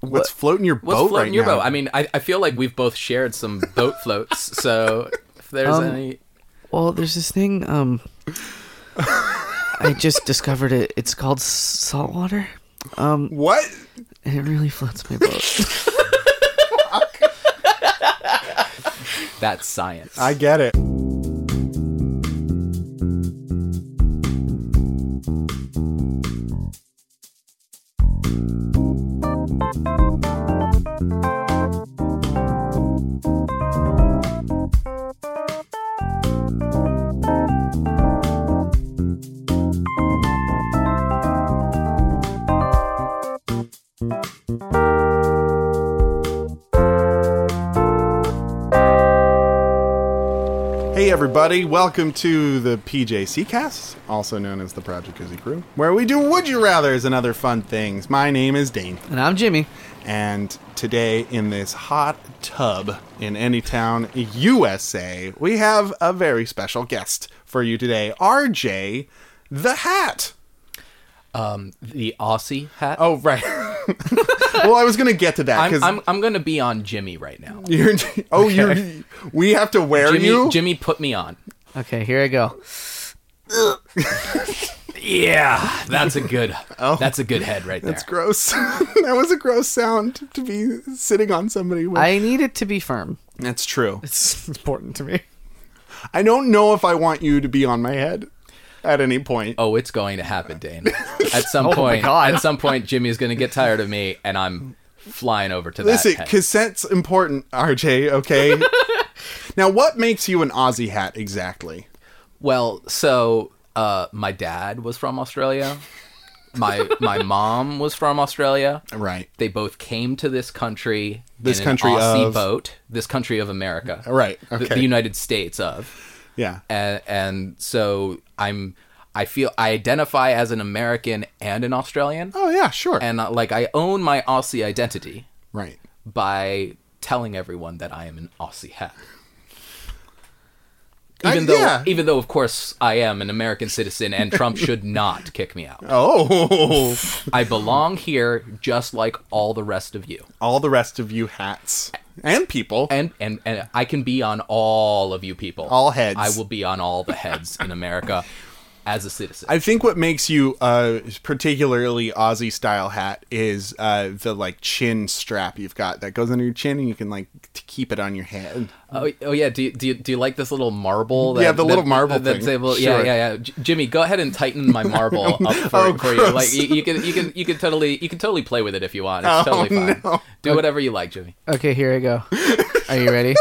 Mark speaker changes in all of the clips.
Speaker 1: What's floating your
Speaker 2: What's
Speaker 1: boat
Speaker 2: floating
Speaker 1: right
Speaker 2: your
Speaker 1: now?
Speaker 2: boat? I mean, I, I feel like we've both shared some boat floats. So if there's
Speaker 3: Um,
Speaker 2: any,
Speaker 3: Well, there's this thing. Um, I just discovered it. It's called s- saltwater,
Speaker 1: what?
Speaker 3: and it really floats my boat.
Speaker 2: that's science.
Speaker 1: I get it. Hey everybody, welcome to the PJC cast, also known as the Project Cozy Crew, where we do Would You Rathers and other fun things. My name is Dane,
Speaker 3: and I'm Jimmy.
Speaker 1: and today in this hot tub in Anytown, USA, we have a very special guest for you today, RJ the Hat.
Speaker 2: um, the Aussie hat.
Speaker 1: Oh, right. well, I was going to get to that
Speaker 2: I'm,
Speaker 1: because
Speaker 2: I'm I'm gonna be on Jimmy right now.
Speaker 1: you're. Oh, you're. We have to wear
Speaker 2: Jimmy,
Speaker 1: you?
Speaker 2: Jimmy, put me on.
Speaker 3: Okay, here I go.
Speaker 2: Yeah, that's a good. that's a good head right there.
Speaker 1: Oh. That's gross. that was a gross sound to be sitting on somebody with.
Speaker 3: I need it to be firm.
Speaker 1: That's true.
Speaker 3: It's important to me.
Speaker 1: I don't know if I want you to be on my head at any point.
Speaker 2: Oh, it's going to happen, Dane. At
Speaker 1: Oh
Speaker 2: some point,
Speaker 3: God.
Speaker 2: at some point, Jimmy's gonna get tired of me, and I'm flying over to
Speaker 1: Listen,
Speaker 2: that. head.
Speaker 1: cassette's important, RJ, okay? now, what makes you an Aussie hat exactly?
Speaker 2: Well, so uh, my dad was from Australia. My my mom was from Australia.
Speaker 1: Right.
Speaker 2: They both came to this country.
Speaker 1: This
Speaker 2: in
Speaker 1: country
Speaker 2: an Aussie
Speaker 1: of-
Speaker 2: boat. This country of America.
Speaker 1: Right,
Speaker 2: The-
Speaker 1: okay.
Speaker 2: the United States of.
Speaker 1: Yeah.
Speaker 2: and and so I'm I feel I identify as an American and an Australian,
Speaker 1: Oh, yeah, sure.
Speaker 2: and uh, like I own my Aussie identity
Speaker 1: right.
Speaker 2: by telling everyone that I am an Aussie hat.
Speaker 1: I-
Speaker 2: Even
Speaker 1: Uh,
Speaker 2: though,
Speaker 1: yeah.
Speaker 2: even though, of course, I am an American citizen, and Trump should not kick me out.
Speaker 1: Oh,
Speaker 2: I belong here just like all the rest of you,
Speaker 1: all the rest of you hats and people.
Speaker 2: and and and I can be on all of you people,
Speaker 1: All heads.
Speaker 2: I will be on all the heads in America as a citizen.
Speaker 1: I think what makes you uh, particularly Aussie style hat is uh, the like chin strap you've got that goes under your chin and you can like t- keep it on your head.
Speaker 2: Oh, oh yeah. Do you, do you, do you like this little marble? That,
Speaker 1: Yeah, the little
Speaker 2: that-
Speaker 1: marble
Speaker 2: that's
Speaker 1: thing.
Speaker 2: able- yeah,
Speaker 1: Sure.
Speaker 2: yeah, yeah. J- Jimmy, go ahead and tighten my marble up for,
Speaker 1: Oh,
Speaker 2: for you.
Speaker 1: gross.
Speaker 2: Like you, you can you can you can totally you can totally play with it if you want. It's
Speaker 1: Oh,
Speaker 2: totally fine.
Speaker 1: no.
Speaker 2: Do whatever you like, Jimmy.
Speaker 3: Okay, here I go. Are you ready?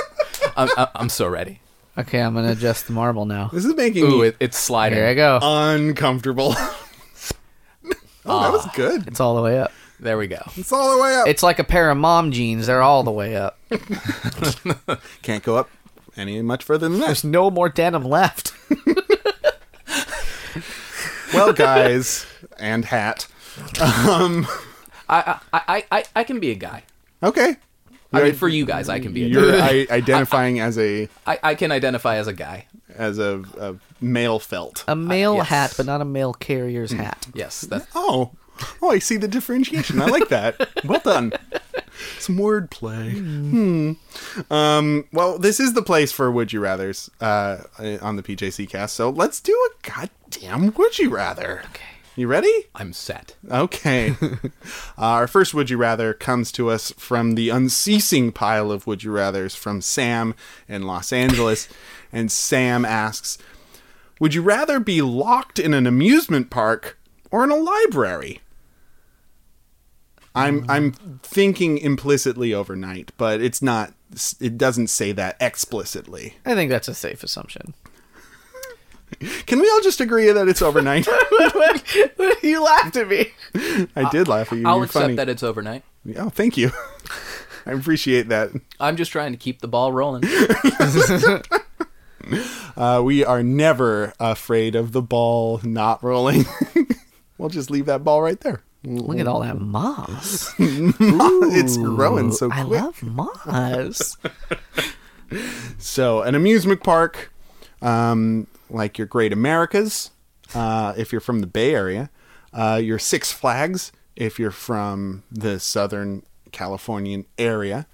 Speaker 2: I'm, I'm- I'm so ready.
Speaker 3: Okay, I'm gonna adjust the marble now.
Speaker 1: This is making
Speaker 2: Ooh,
Speaker 1: me
Speaker 2: it, uh, it's sliding.
Speaker 3: Here I go.
Speaker 1: uncomfortable. oh, that
Speaker 2: Ah.
Speaker 1: was good.
Speaker 3: It's all the way up.
Speaker 2: There we go.
Speaker 1: It's all the way up.
Speaker 3: It's like a pair of mom jeans. They're all the way up.
Speaker 1: Can't go up any much further than that.
Speaker 3: There's no more denim left.
Speaker 1: well, guys, and hat. Um,
Speaker 2: I I, I, I, I can be a guy.
Speaker 1: okay.
Speaker 2: I
Speaker 1: You're-
Speaker 2: mean, for you guys, I can be a
Speaker 1: You're
Speaker 2: guy.
Speaker 1: I, identifying as a
Speaker 2: I, I can identify as a guy.
Speaker 1: as a, a male felt.
Speaker 3: A male
Speaker 2: yes.
Speaker 3: hat, but not a male carrier's hat.
Speaker 2: Yes, that's
Speaker 1: Oh, oh, I see the differentiation. I like that. well done. Some wordplay. Hmm. Um, well, this is the place for would you rather's uh, on the PJC cast. So let's do a goddamn would you rather. Okay. You ready?
Speaker 2: I'm set.
Speaker 1: Okay. Our first Would You Rather comes to us from the unceasing pile of Would You Rathers from Sam in Los Angeles. and Sam asks Would you rather be locked in an amusement park or in a library?
Speaker 2: Mm.
Speaker 1: I'm I'm thinking implicitly overnight, but it's not it doesn't say that explicitly.
Speaker 3: I think that's a safe assumption.
Speaker 1: Can we all just agree that it's overnight?
Speaker 3: you laughed at me.
Speaker 1: I did laugh at you.
Speaker 2: I'll
Speaker 1: You're
Speaker 2: accept
Speaker 1: funny.
Speaker 2: that it's overnight.
Speaker 1: Oh, thank you. I appreciate that.
Speaker 2: I'm just trying to keep the ball rolling.
Speaker 1: Uh, we are never afraid of the ball not rolling. we'll just leave that ball right there.
Speaker 3: Look at all that moss.
Speaker 1: it's growing so
Speaker 3: I
Speaker 1: quick.
Speaker 3: love moss.
Speaker 1: so, an amusement park, um, like your Great Americas, uh, if you're from the Bay Area, uh, your Six Flags, if you're from the Southern Californian area.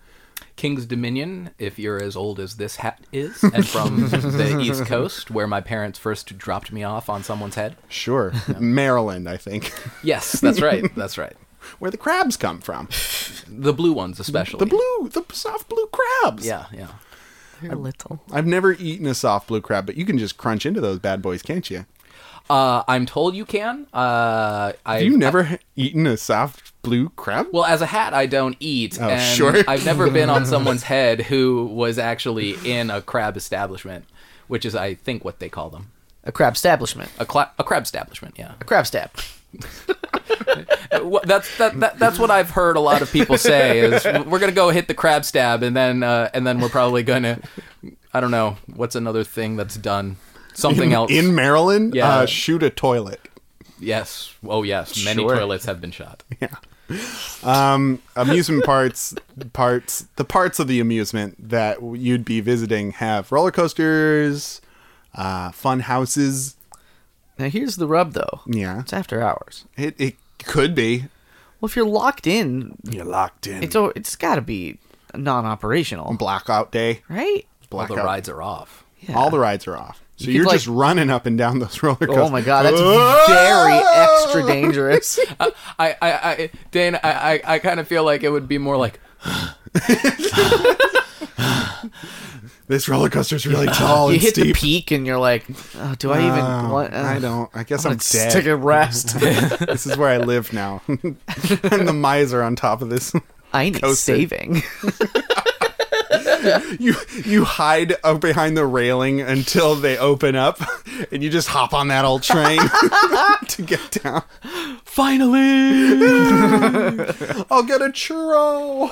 Speaker 2: King's Dominion, if you're as old as this hat is, and from the East Coast, where my parents first dropped me off on someone's head.
Speaker 1: Sure. Maryland, I think,
Speaker 2: Yes, that's right. That's right.
Speaker 1: where the crabs come from.
Speaker 2: The blue ones, especially.
Speaker 1: The blue, the soft blue crabs.
Speaker 2: Yeah, yeah.
Speaker 3: They're little.
Speaker 1: I've never eaten a soft blue crab, but you can just crunch into those bad boys, can't you?
Speaker 2: Uh, I'm told you can. Uh, I
Speaker 1: Have you never h- eaten a soft blue crab?
Speaker 2: Well, as a hat, I don't eat.
Speaker 1: Oh,
Speaker 2: and
Speaker 1: sure.
Speaker 2: I've never been on someone's head who was actually in a crab establishment, which is, I think, what they call them.
Speaker 3: A crab establishment.
Speaker 2: A, cla- a crab establishment, yeah.
Speaker 3: A crab stab.
Speaker 2: Uh, wha- That's that, that, that's what I've heard a lot of people say is we're gonna go hit the crab stab and then uh, and then we're probably gonna I don't know what's another thing that's done something else
Speaker 1: In Maryland,
Speaker 2: Yeah.
Speaker 1: uh, shoot a toilet.
Speaker 2: yes oh yes many
Speaker 1: Sure.
Speaker 2: toilets have been shot
Speaker 1: Yeah. Um, amusement parts, parts, the parts of the amusement that you'd be visiting have roller coasters, uh, fun houses.
Speaker 3: Now here's the rub though.
Speaker 1: Yeah,
Speaker 3: It's after hours.
Speaker 1: it, it could be.
Speaker 3: Well, if you're locked in,
Speaker 1: You're locked in.
Speaker 3: it's
Speaker 1: It's a
Speaker 3: o- it's got to be non-operational,
Speaker 1: blackout day.
Speaker 3: right?
Speaker 2: all
Speaker 1: Blackout.
Speaker 2: the rides are off
Speaker 3: Yeah.
Speaker 1: All the rides are off. So
Speaker 3: You
Speaker 1: you are
Speaker 3: could, like-
Speaker 1: just running up and down those roller coasters.
Speaker 3: Oh my god, that's
Speaker 1: Oh!
Speaker 3: very extra dangerous.
Speaker 2: I Uh, I I Dan I I, I kind of feel like it would be more like
Speaker 1: This roller coaster's really tall
Speaker 3: you
Speaker 1: and
Speaker 3: hit the
Speaker 1: steep.
Speaker 3: peak and you're like, oh, do I even
Speaker 1: Oh,
Speaker 3: want? Uh,
Speaker 1: I don't. I guess I'm
Speaker 3: I'm
Speaker 1: dead.
Speaker 3: stick and rest.
Speaker 1: this is where I live now. I'm the miser on top of this.
Speaker 3: I need
Speaker 1: Coasted.
Speaker 3: saving.
Speaker 1: you you hide up behind the railing until they open up, and you just hop on that old train to get down.
Speaker 2: finally
Speaker 1: I'll get a churro.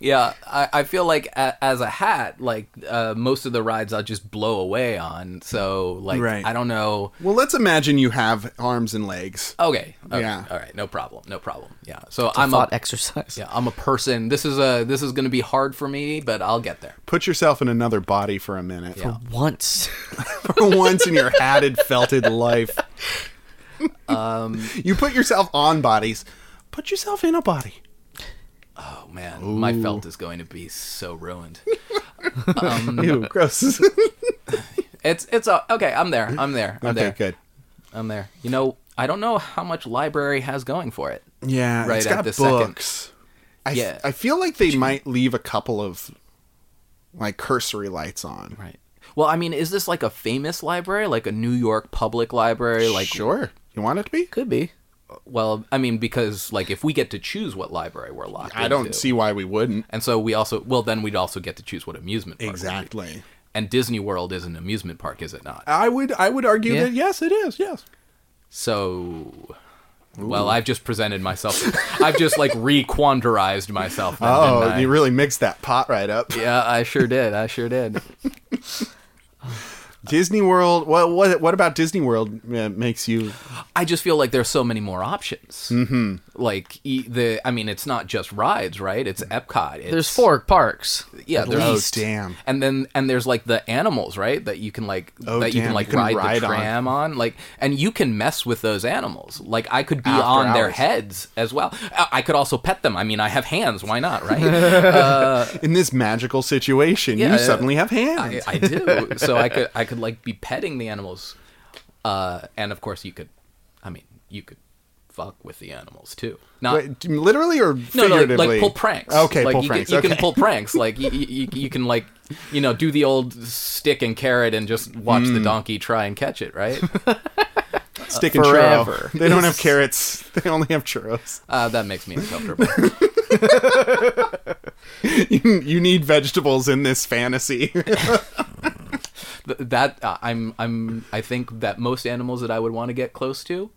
Speaker 2: yeah I, I feel like a, as a hat like uh, most of the rides I just blow away on so like
Speaker 1: Right.
Speaker 2: I don't know
Speaker 1: Well, let's imagine you have arms and legs.
Speaker 2: okay, okay
Speaker 1: Yeah.
Speaker 2: all right no problem no problem yeah so I'm
Speaker 3: Thought
Speaker 2: a,
Speaker 3: exercise.
Speaker 2: yeah I'm a person this is a this is gonna be hard for me but I'll get there
Speaker 1: Put yourself in another body for a minute.
Speaker 2: Yeah.
Speaker 3: Once.
Speaker 1: For once in your hatted, felted life. Um, you put yourself on bodies. Put yourself in a body.
Speaker 2: oh man my felt is going to be so ruined
Speaker 1: Ew, gross.
Speaker 2: it's it's a, okay I'm there I'm there I'm
Speaker 1: okay,
Speaker 2: there
Speaker 1: good.
Speaker 2: I'm there you know I don't know how much library has going for it
Speaker 1: Yeah, Uh,
Speaker 2: right
Speaker 1: it's
Speaker 2: at
Speaker 1: got
Speaker 2: this second.
Speaker 1: books. I f-
Speaker 2: Yeah.
Speaker 1: I feel like they might leave a couple of like cursory lights on.
Speaker 2: Right. Well, I mean, is this like a famous library, like a New York public library? Like,
Speaker 1: sure, you want it to be?
Speaker 3: Could be.
Speaker 2: well, I mean, because like if we get to choose what library we're locked,
Speaker 1: I don't
Speaker 2: into-
Speaker 1: see why we wouldn't.
Speaker 2: And so we also, well, then we'd also get to choose what amusement park. And Disney World is an amusement park, is it not?
Speaker 1: I would. I would argue
Speaker 3: Yeah.
Speaker 1: that yes, it is. Yes.
Speaker 2: So, well, I've just presented myself. I've just like re-quandarized myself. Then, didn't
Speaker 1: Oh,
Speaker 2: I?
Speaker 1: you really mixed that pot right up.
Speaker 2: yeah, I sure did. I sure did.
Speaker 1: Disney World. What? What? What about Disney World uh, makes you?
Speaker 2: I just feel like there's so many more options. Mm-hmm. Like e- the, I mean, it's not just rides, right? It's Epcot. It's,
Speaker 3: There's four parks.
Speaker 2: Yeah,
Speaker 3: at
Speaker 2: there's-
Speaker 1: Oh,
Speaker 3: least.
Speaker 1: damn.
Speaker 2: and then and there's like the animals right that you can like
Speaker 1: Oh,
Speaker 2: that you
Speaker 1: damn,
Speaker 2: can like
Speaker 1: you can
Speaker 2: ride,
Speaker 1: ride
Speaker 2: the
Speaker 1: on.
Speaker 2: tram on. like and you can mess with those animals like i could be
Speaker 1: After
Speaker 2: on their
Speaker 1: hours.
Speaker 2: heads as well I-, I could also pet them i mean i have hands why not right uh,
Speaker 1: In this magical situation,
Speaker 2: Yeah,
Speaker 1: you
Speaker 2: uh,
Speaker 1: suddenly have
Speaker 2: I,
Speaker 1: hands.
Speaker 2: I do so i could i could like be petting the animals uh and of course you could i mean you could fuck with the animals too not
Speaker 1: Wait, d- literally or
Speaker 2: No, no, like,
Speaker 1: figuratively?
Speaker 2: like pull pranks.
Speaker 1: Okay,
Speaker 2: like,
Speaker 1: pull
Speaker 2: you
Speaker 1: pranks.
Speaker 2: Can, you
Speaker 1: okay.
Speaker 2: can pull pranks. Like you, you, you can like you know do the old stick and carrot and just watch
Speaker 1: Mm.
Speaker 2: the donkey try and catch it. Right?
Speaker 1: stick and
Speaker 3: forever.
Speaker 1: churro. They don't have carrots. They only have churros.
Speaker 2: Uh, that makes me uncomfortable.
Speaker 1: you, you need vegetables in this fantasy.
Speaker 2: Th- that uh, I'm I'm I think that most animals that I would want to get close to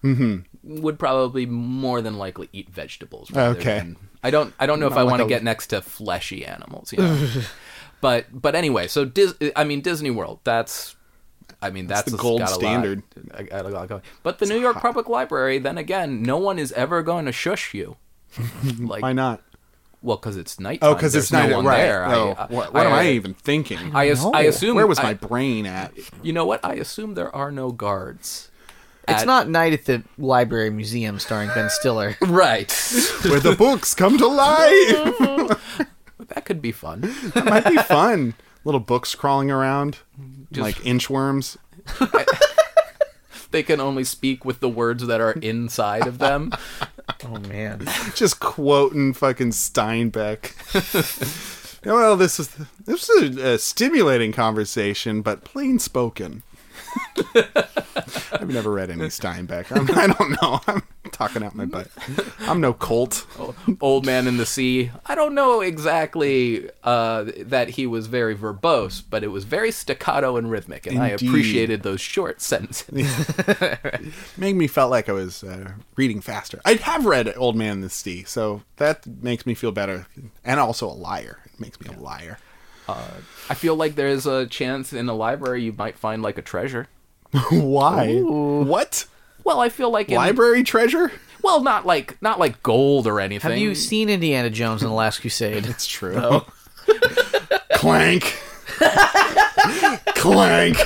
Speaker 2: would probably more than likely eat vegetables. rather
Speaker 1: Mm-hmm. Okay.
Speaker 2: than- I don't I don't know if I
Speaker 1: like
Speaker 2: want to
Speaker 1: a-
Speaker 2: get next to fleshy animals. You know? but but anyway, so Dis- I mean Disney World. That's I mean that's,
Speaker 1: the
Speaker 2: just
Speaker 1: gold
Speaker 2: got a lot-
Speaker 1: standard.
Speaker 2: I got a lot going. But the New York Public Library. Then again, no one is ever going to shush you. like
Speaker 1: Why not?
Speaker 2: well, because it's night.
Speaker 1: Oh, because it's not
Speaker 2: no one
Speaker 1: right.
Speaker 2: there.
Speaker 1: Oh,
Speaker 2: I,
Speaker 1: what, what am I even thinking?
Speaker 2: I, as- I
Speaker 3: No.
Speaker 2: assume
Speaker 1: Where was
Speaker 2: I-
Speaker 1: my brain at?
Speaker 2: you know what? I assume there are no guards
Speaker 3: It's
Speaker 2: at-
Speaker 3: not Night at the Library Museum starring Ben Stiller.
Speaker 2: Right.
Speaker 1: where the books come to life.
Speaker 2: that could be fun.
Speaker 1: that might be fun. Little books crawling around, like inchworms.
Speaker 2: They can only speak with the words that are inside of them.
Speaker 3: oh man.
Speaker 1: just quoting fucking Steinbeck. well, this is this is a, stimulating conversation, but plain spoken. I've never read any Steinbeck. I'm, I don't know. I'm talking out my butt. I'm no cult.
Speaker 2: Old Man in the Sea. I don't know exactly uh, that he was very verbose, but it was very staccato and rhythmic, and I
Speaker 1: Indeed.
Speaker 2: appreciated those short sentences.
Speaker 1: Made me felt like I was uh, reading faster. I have read Old Man and the Sea, so that makes me feel better, and also a liar. It makes me a liar.
Speaker 2: I feel like there's a chance in a library you might find like a treasure.
Speaker 1: Why? What
Speaker 2: Well, I feel like in,
Speaker 1: library treasure?
Speaker 2: well, not like not like gold or anything.
Speaker 3: Have you seen Indiana Jones and the Last Crusade?
Speaker 1: It's true. Clank. Clank.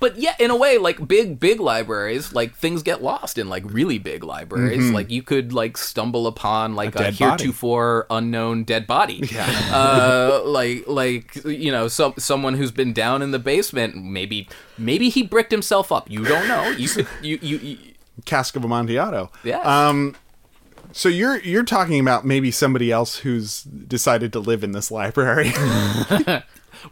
Speaker 2: but yet in a way like big big libraries like things get lost in like really big libraries like you could like stumble upon like a,
Speaker 1: Mm-hmm. dead body.
Speaker 2: heretofore unknown dead body
Speaker 1: Yeah.
Speaker 2: uh like like you know some someone who's been down in the basement maybe maybe he bricked himself up you don't know you could you you, you
Speaker 1: Cask of Amontillado.
Speaker 2: Yes.
Speaker 1: Um so you're you're talking about maybe somebody else who's decided to live in this library.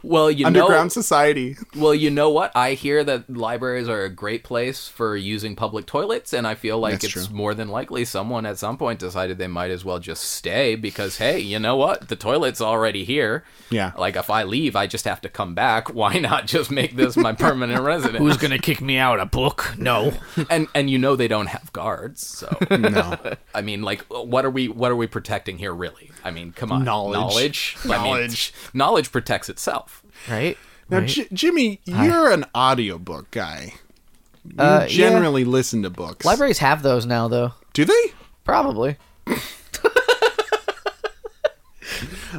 Speaker 2: well you
Speaker 1: Underground
Speaker 2: know
Speaker 1: society.
Speaker 2: Well, you know what? I hear that libraries are a great place for using public toilets, and I feel like
Speaker 1: That's
Speaker 2: it's
Speaker 1: true.
Speaker 2: more than likely someone at some point decided they might as well just stay because, hey, you know what? The toilet's already here.
Speaker 1: Yeah.
Speaker 2: Like, if I leave, I just have to come back. Why not just make this my permanent residence?
Speaker 3: Who's gonna kick me out? A book? No.
Speaker 2: And and you know they don't have guards, so
Speaker 1: No.
Speaker 2: I mean, like, what are we what are we protecting here, really? I mean, come on,
Speaker 1: Knowledge.
Speaker 2: knowledge, I mean,
Speaker 1: Knowledge.
Speaker 2: knowledge protects itself.
Speaker 3: Right?
Speaker 1: Now
Speaker 3: right?
Speaker 1: J- Jimmy, you're an audiobook guy. You
Speaker 3: Uh, yeah.
Speaker 1: generally listen to books.
Speaker 3: Libraries have those now though.
Speaker 1: Do they?
Speaker 3: Probably.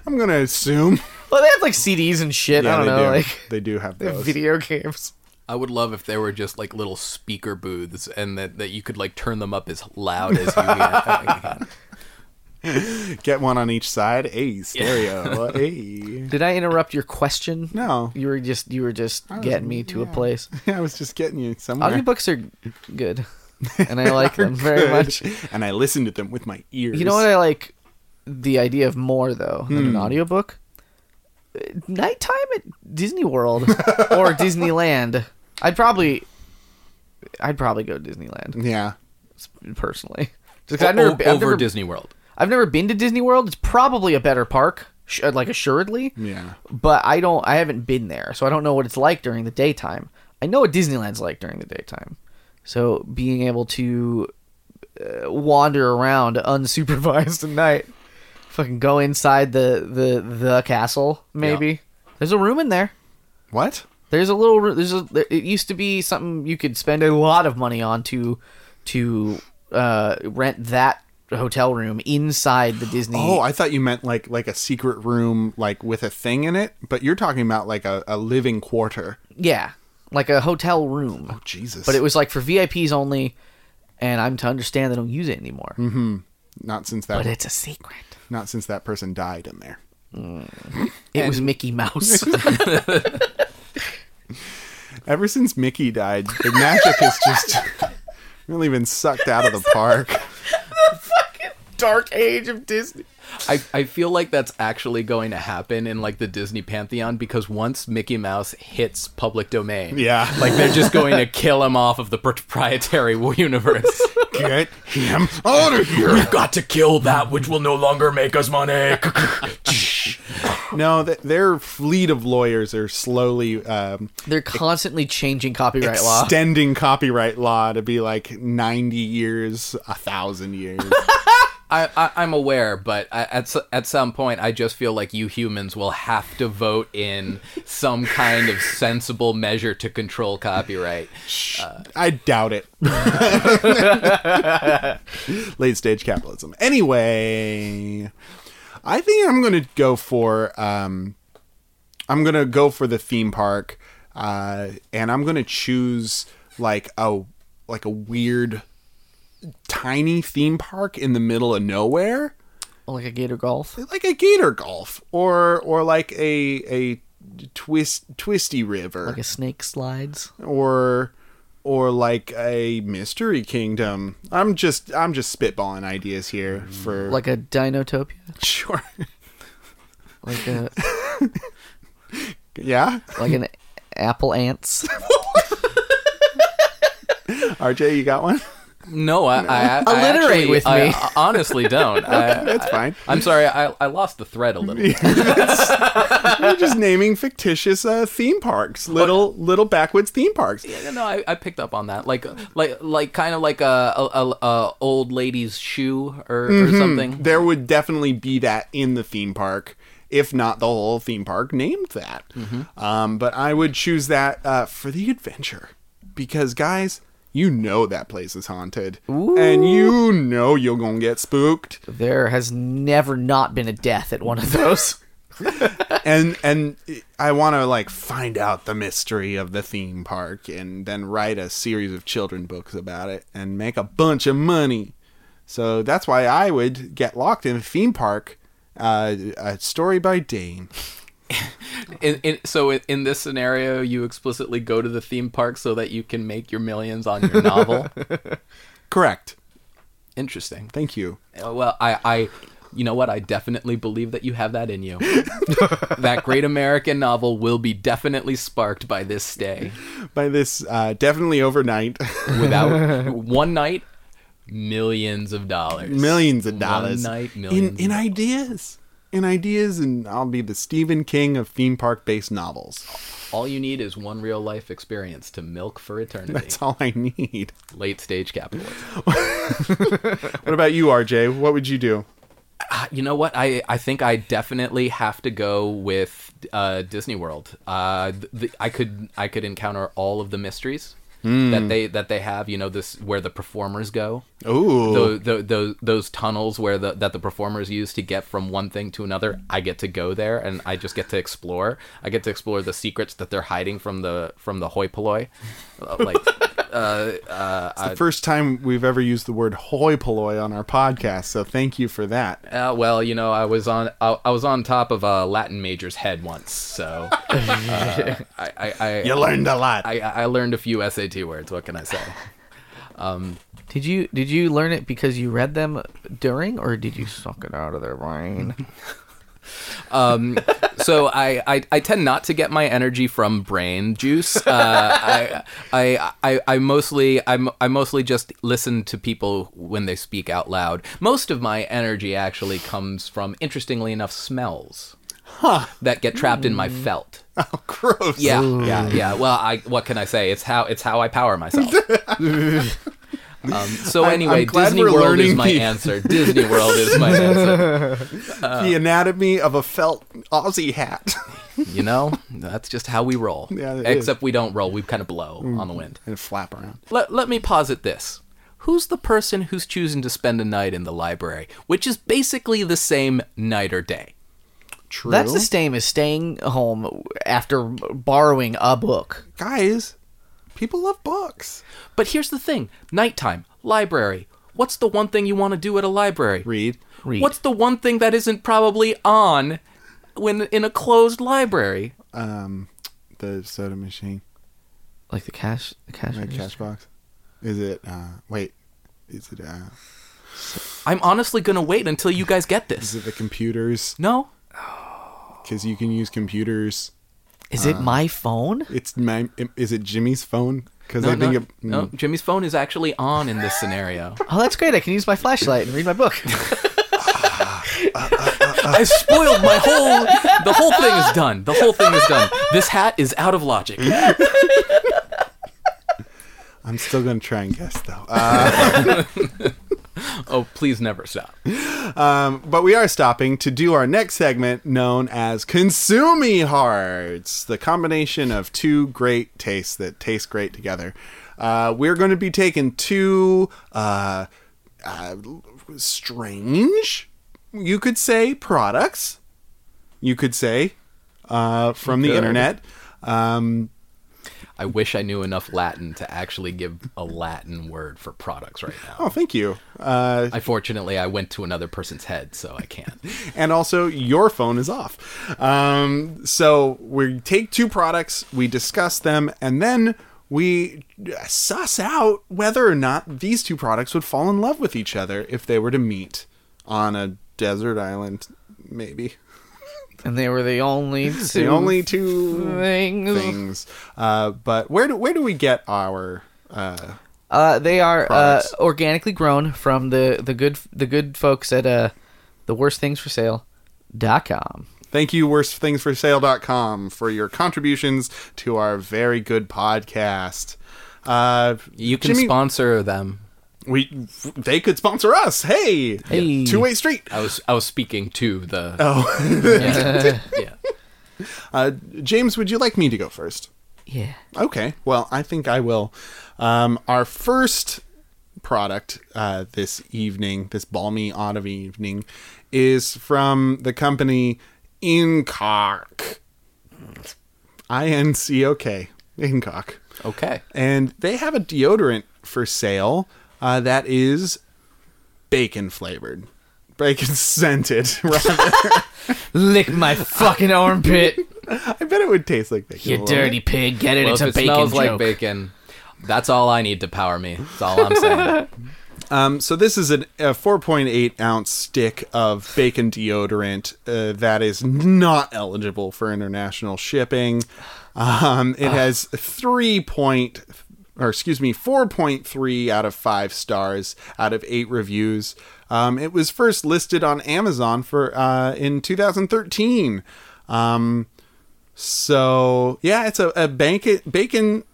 Speaker 1: I'm going to assume.
Speaker 3: Well they have like CDs and shit. I don't
Speaker 1: they
Speaker 3: know,
Speaker 1: do.
Speaker 3: like
Speaker 1: they do have
Speaker 3: they have
Speaker 1: those.
Speaker 3: video games.
Speaker 2: I would love if there were just like little speaker booths and that, that you could like turn them up as loud as you can.
Speaker 1: Get one on each side. Hey, stereo. hey.
Speaker 3: Did I interrupt your question?
Speaker 1: No.
Speaker 3: You were just you were just getting me to a place.
Speaker 1: I was just getting you somewhere.
Speaker 3: Audiobooks are good. And I like them very
Speaker 1: Good.
Speaker 3: much.
Speaker 1: And I listened to them with my ears.
Speaker 3: You know what I like the idea of more though than
Speaker 2: Hmm.
Speaker 3: an audiobook? Uh, Nighttime at Disney World or Disneyland. I'd probably I'd probably go to Disneyland
Speaker 1: Yeah.
Speaker 3: personally. Just 'cause
Speaker 2: O-
Speaker 3: I've never,
Speaker 2: over
Speaker 3: I've, never,
Speaker 2: Disney World.
Speaker 3: I've never been to Disney World. It's probably a better park, sh- like assuredly.
Speaker 1: Yeah.
Speaker 3: But I don't. I haven't been there, so I don't know what it's like during the daytime. I know what Disneyland's like during the daytime. So being able to uh, wander around unsupervised at night, fucking go inside the the the castle. Maybe there's a room in there.
Speaker 1: What?
Speaker 3: There's a little. ro- There's a. There, it used to be something you could spend a lot of money on to to uh, rent that hotel room inside the Disney.
Speaker 1: Oh, I thought you meant like like a secret room like with a thing in it, but you're talking about like a, a living quarter.
Speaker 3: yeah, like a hotel room.
Speaker 1: Jesus.
Speaker 3: but it was like for VIPs only, and I'm to understand they don't use it anymore.
Speaker 1: not since
Speaker 3: But
Speaker 1: that
Speaker 3: it's a secret.
Speaker 1: not since that person died in there.
Speaker 3: It was Mickey Mouse.
Speaker 1: Ever since Mickey died, the magic has just really been sucked out of the park.
Speaker 3: Dark Age of Disney.
Speaker 2: I, I feel like that's actually going to happen in like the Disney pantheon because once Mickey Mouse hits public domain,
Speaker 1: Yeah.
Speaker 2: like they're just going to kill him off of the proprietary universe.
Speaker 1: Get him out of here.
Speaker 2: We've got to kill that which will no longer make us money.
Speaker 1: No, th- their fleet of lawyers are slowly um,
Speaker 3: They're constantly changing copyright law.
Speaker 1: extending copyright law to be like 90 years, a thousand years.
Speaker 2: I, I, I'm aware, but I, at s- at some point, I just feel like you humans will have to vote in some kind of sensible measure to control copyright.
Speaker 1: I doubt it. Late stage capitalism. Anyway, I think I'm going to go for um, I'm going to go for the theme park, uh, and I'm going to choose like a like a weird tiny theme park in the middle of nowhere
Speaker 3: like a gator golf.
Speaker 1: like a gator golf or or like a a twist twisty river
Speaker 3: Like a snake slides.
Speaker 1: or or like a mystery kingdom i'm just i'm just spitballing ideas here for
Speaker 3: Mm. Like a dinotopia.
Speaker 1: sure
Speaker 3: Like a
Speaker 1: yeah
Speaker 3: like an apple ants.
Speaker 1: rj you got one
Speaker 2: No, I, I, I
Speaker 3: Alliterate
Speaker 2: actually-
Speaker 3: with
Speaker 2: I
Speaker 3: me.
Speaker 2: honestly don't. I,
Speaker 1: that's fine
Speaker 2: I'm sorry, I, I lost the thread a little.
Speaker 1: we're just naming fictitious uh, theme parks little little backwoods theme parks
Speaker 2: Yeah, no, I, I picked up on that. Like, like, like, kind of like a, a, a, a old lady's shoe or,
Speaker 3: Mm-hmm.
Speaker 2: or something.
Speaker 1: there would definitely be that in the theme park if not the whole theme park named that um, but i would choose that uh, for the adventure because guys you know that place is haunted and you know you're gonna get spooked
Speaker 3: There has never not been a death at one of those.
Speaker 1: and and i want to like find out the mystery of the theme park and then write a series of children books about it and make a bunch of money so that's why i would get locked in a theme park uh, a story by dane
Speaker 2: In, in, so, in, in this scenario, you explicitly go to the theme park so that you can make your millions on your novel.
Speaker 1: Correct.
Speaker 2: Interesting.
Speaker 1: Thank you.
Speaker 2: Uh, Well, I, I, you know what? I definitely believe that you have that in you. that great American novel will be definitely sparked by this stay.
Speaker 1: By this, uh, definitely overnight,
Speaker 2: Without one night, millions of dollars,
Speaker 1: millions of dollars
Speaker 2: One night,
Speaker 1: in
Speaker 2: millions.
Speaker 1: in
Speaker 2: of-
Speaker 1: ideas, in ideas, and I'll be the Stephen King of theme park based novels.
Speaker 2: All you need is one real life experience to milk for eternity.
Speaker 1: That's all I need.
Speaker 2: Late stage capitalism.
Speaker 1: What about you, RJ? What would you do?
Speaker 2: Ah, You know what? I, I think I definitely have to go with uh, Disney World. Uh, th- the, I could I could encounter all of the mysteries that they that they have. You know this where the performers go.
Speaker 1: Ooh,
Speaker 2: Those, those, those tunnels where the that the performers use to get from one thing to another. I get to go there and I just get to explore. I get to explore the secrets that they're hiding from the from the hoi polloi. Uh, Like uh, uh,
Speaker 1: it's the first time we've ever used the word hoi polloi on our podcast, so thank you for that.
Speaker 2: Uh, well, you know, I was on I, I was on top of a Latin major's head once, so uh, I, I, I,
Speaker 1: You learned a lot.
Speaker 2: I I learned a few SAT words. What can I say?
Speaker 3: Did you did you learn it because you read them during, or did you suck it out of their brain?
Speaker 2: Um, so I, I I tend not to get my energy from brain juice. Uh, I, I I I mostly I'm I mostly just listen to people when they speak out loud. Most of my energy actually comes from, interestingly enough, smells that get trapped in my felt.
Speaker 1: oh, gross.
Speaker 2: Yeah, yeah, yeah. Well, I what can I say? It's how it's how I power myself. um, so
Speaker 1: I'm-
Speaker 2: anyway,
Speaker 1: I'm glad
Speaker 2: Disney
Speaker 1: we're
Speaker 2: World is
Speaker 1: learning
Speaker 2: my
Speaker 1: the-
Speaker 2: answer. Disney World is my answer. uh,
Speaker 1: the anatomy of a felt Aussie hat.
Speaker 2: You know, that's just how we roll.
Speaker 1: Yeah, it is. Mm.
Speaker 2: Except we don't roll; we kind of blow on the wind.
Speaker 1: and flap around.
Speaker 2: Let Let me posit this: Who's the person who's choosing to spend a night in the library, which is basically the same night or day?
Speaker 1: True.
Speaker 3: That's the same as staying home after borrowing a book.
Speaker 1: guys. People love books.
Speaker 2: But here's the thing: nighttime, library. What's the one thing you want to do at a library?
Speaker 1: Read.
Speaker 3: Read.
Speaker 2: What's the one thing that isn't probably on when in a closed library?
Speaker 1: um the soda machine
Speaker 3: Like the cash, the cash,
Speaker 1: my
Speaker 3: register.
Speaker 1: cash box is it uh wait is it uh
Speaker 2: I'm honestly gonna wait until you guys get
Speaker 1: is
Speaker 2: this.
Speaker 1: it the computers
Speaker 2: No,
Speaker 1: because you can use computers
Speaker 3: Is it my phone?
Speaker 1: it's my is it jimmy's phone because
Speaker 2: no,
Speaker 1: i think
Speaker 2: no,
Speaker 1: it hmm,
Speaker 2: no. Jimmy's phone is actually on in this scenario.
Speaker 3: Oh, that's great! I can use my flashlight and read my book.
Speaker 2: I spoiled my whole. The whole thing is done. The whole thing is done. This hat is out of logic.
Speaker 1: i'm still gonna try and guess though uh,
Speaker 2: Oh, please never stop.
Speaker 1: um but we are stopping to do our next segment known as consumey hearts the combination of two great tastes that taste great together uh we're going to be taking two uh uh, strange, you could say, products. You could say uh, from the internet. Um,
Speaker 2: I wish I knew enough Latin to actually give a Latin word for products right now.
Speaker 1: Oh, thank you. Uh,
Speaker 2: I fortunately I went to another person's head, so I can't.
Speaker 1: and also, your phone is off. Um, so we take two products, we discuss them, and then we suss out whether or not these two products would fall in love with each other if they were to meet on a desert island, maybe.
Speaker 3: and they were the only two
Speaker 1: The only two
Speaker 3: things.
Speaker 1: things. Uh, but where do where do we get our uh,
Speaker 3: Uh, they are uh,
Speaker 1: Products.
Speaker 3: organically grown from the the good the good folks at uh, the worst things for sale dot com.
Speaker 1: Thank you, worstthingsforsale.com, for your contributions to our very good podcast. Uh,
Speaker 2: You can
Speaker 1: Jimmy,
Speaker 2: sponsor them.
Speaker 1: we they could sponsor us. Hey,
Speaker 3: Hey.
Speaker 1: two way street.
Speaker 2: I was I was speaking to the
Speaker 1: Oh,
Speaker 2: yeah.
Speaker 1: uh, James, would you like me to go first?
Speaker 3: Yeah.
Speaker 1: Okay. Well, I think I will. Um, our first product uh, this evening, this balmy autumn evening, is from the company Incock. I N C O K. Incock.
Speaker 2: Okay.
Speaker 1: And they have a deodorant for sale uh, that is bacon flavored, bacon scented. rather.
Speaker 3: Lick my fucking armpit,
Speaker 1: I bet it would taste like bacon. a
Speaker 3: you
Speaker 1: little bit.
Speaker 3: dirty pig. Get it?
Speaker 2: Well,
Speaker 3: it's
Speaker 2: if
Speaker 3: a
Speaker 2: it
Speaker 3: bacon
Speaker 2: smells like
Speaker 3: joke.
Speaker 2: bacon, that's all I need to power me. That's all I'm saying.
Speaker 1: Um, so this is an, a 4.8 ounce stick of bacon deodorant uh, that is not eligible for international shipping. Um, it has three point, or excuse me, 4.3 out of five stars out of eight reviews. Um, it was first listed on Amazon for uh, in 2013. Um, so yeah, it's a, a bacon bacon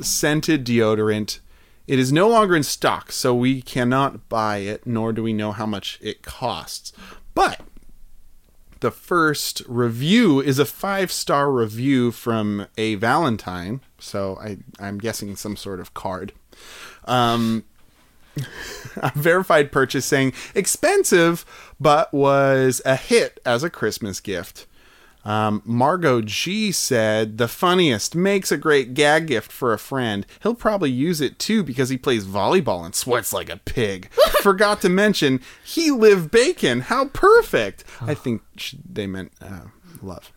Speaker 1: scented deodorant. It is no longer in stock, so we cannot buy it, nor do we know how much it costs. But the first review is a five star review from a Valentine, so I, I'm guessing some sort of card. Um, a verified purchase saying expensive, but was a hit as a Christmas gift. Um, Margot G said, "The funniest makes a great gag gift for a friend. He'll probably use it too because he plays volleyball and sweats like a pig. Forgot to mention he live bacon. How perfect! I think sh- they meant uh, love.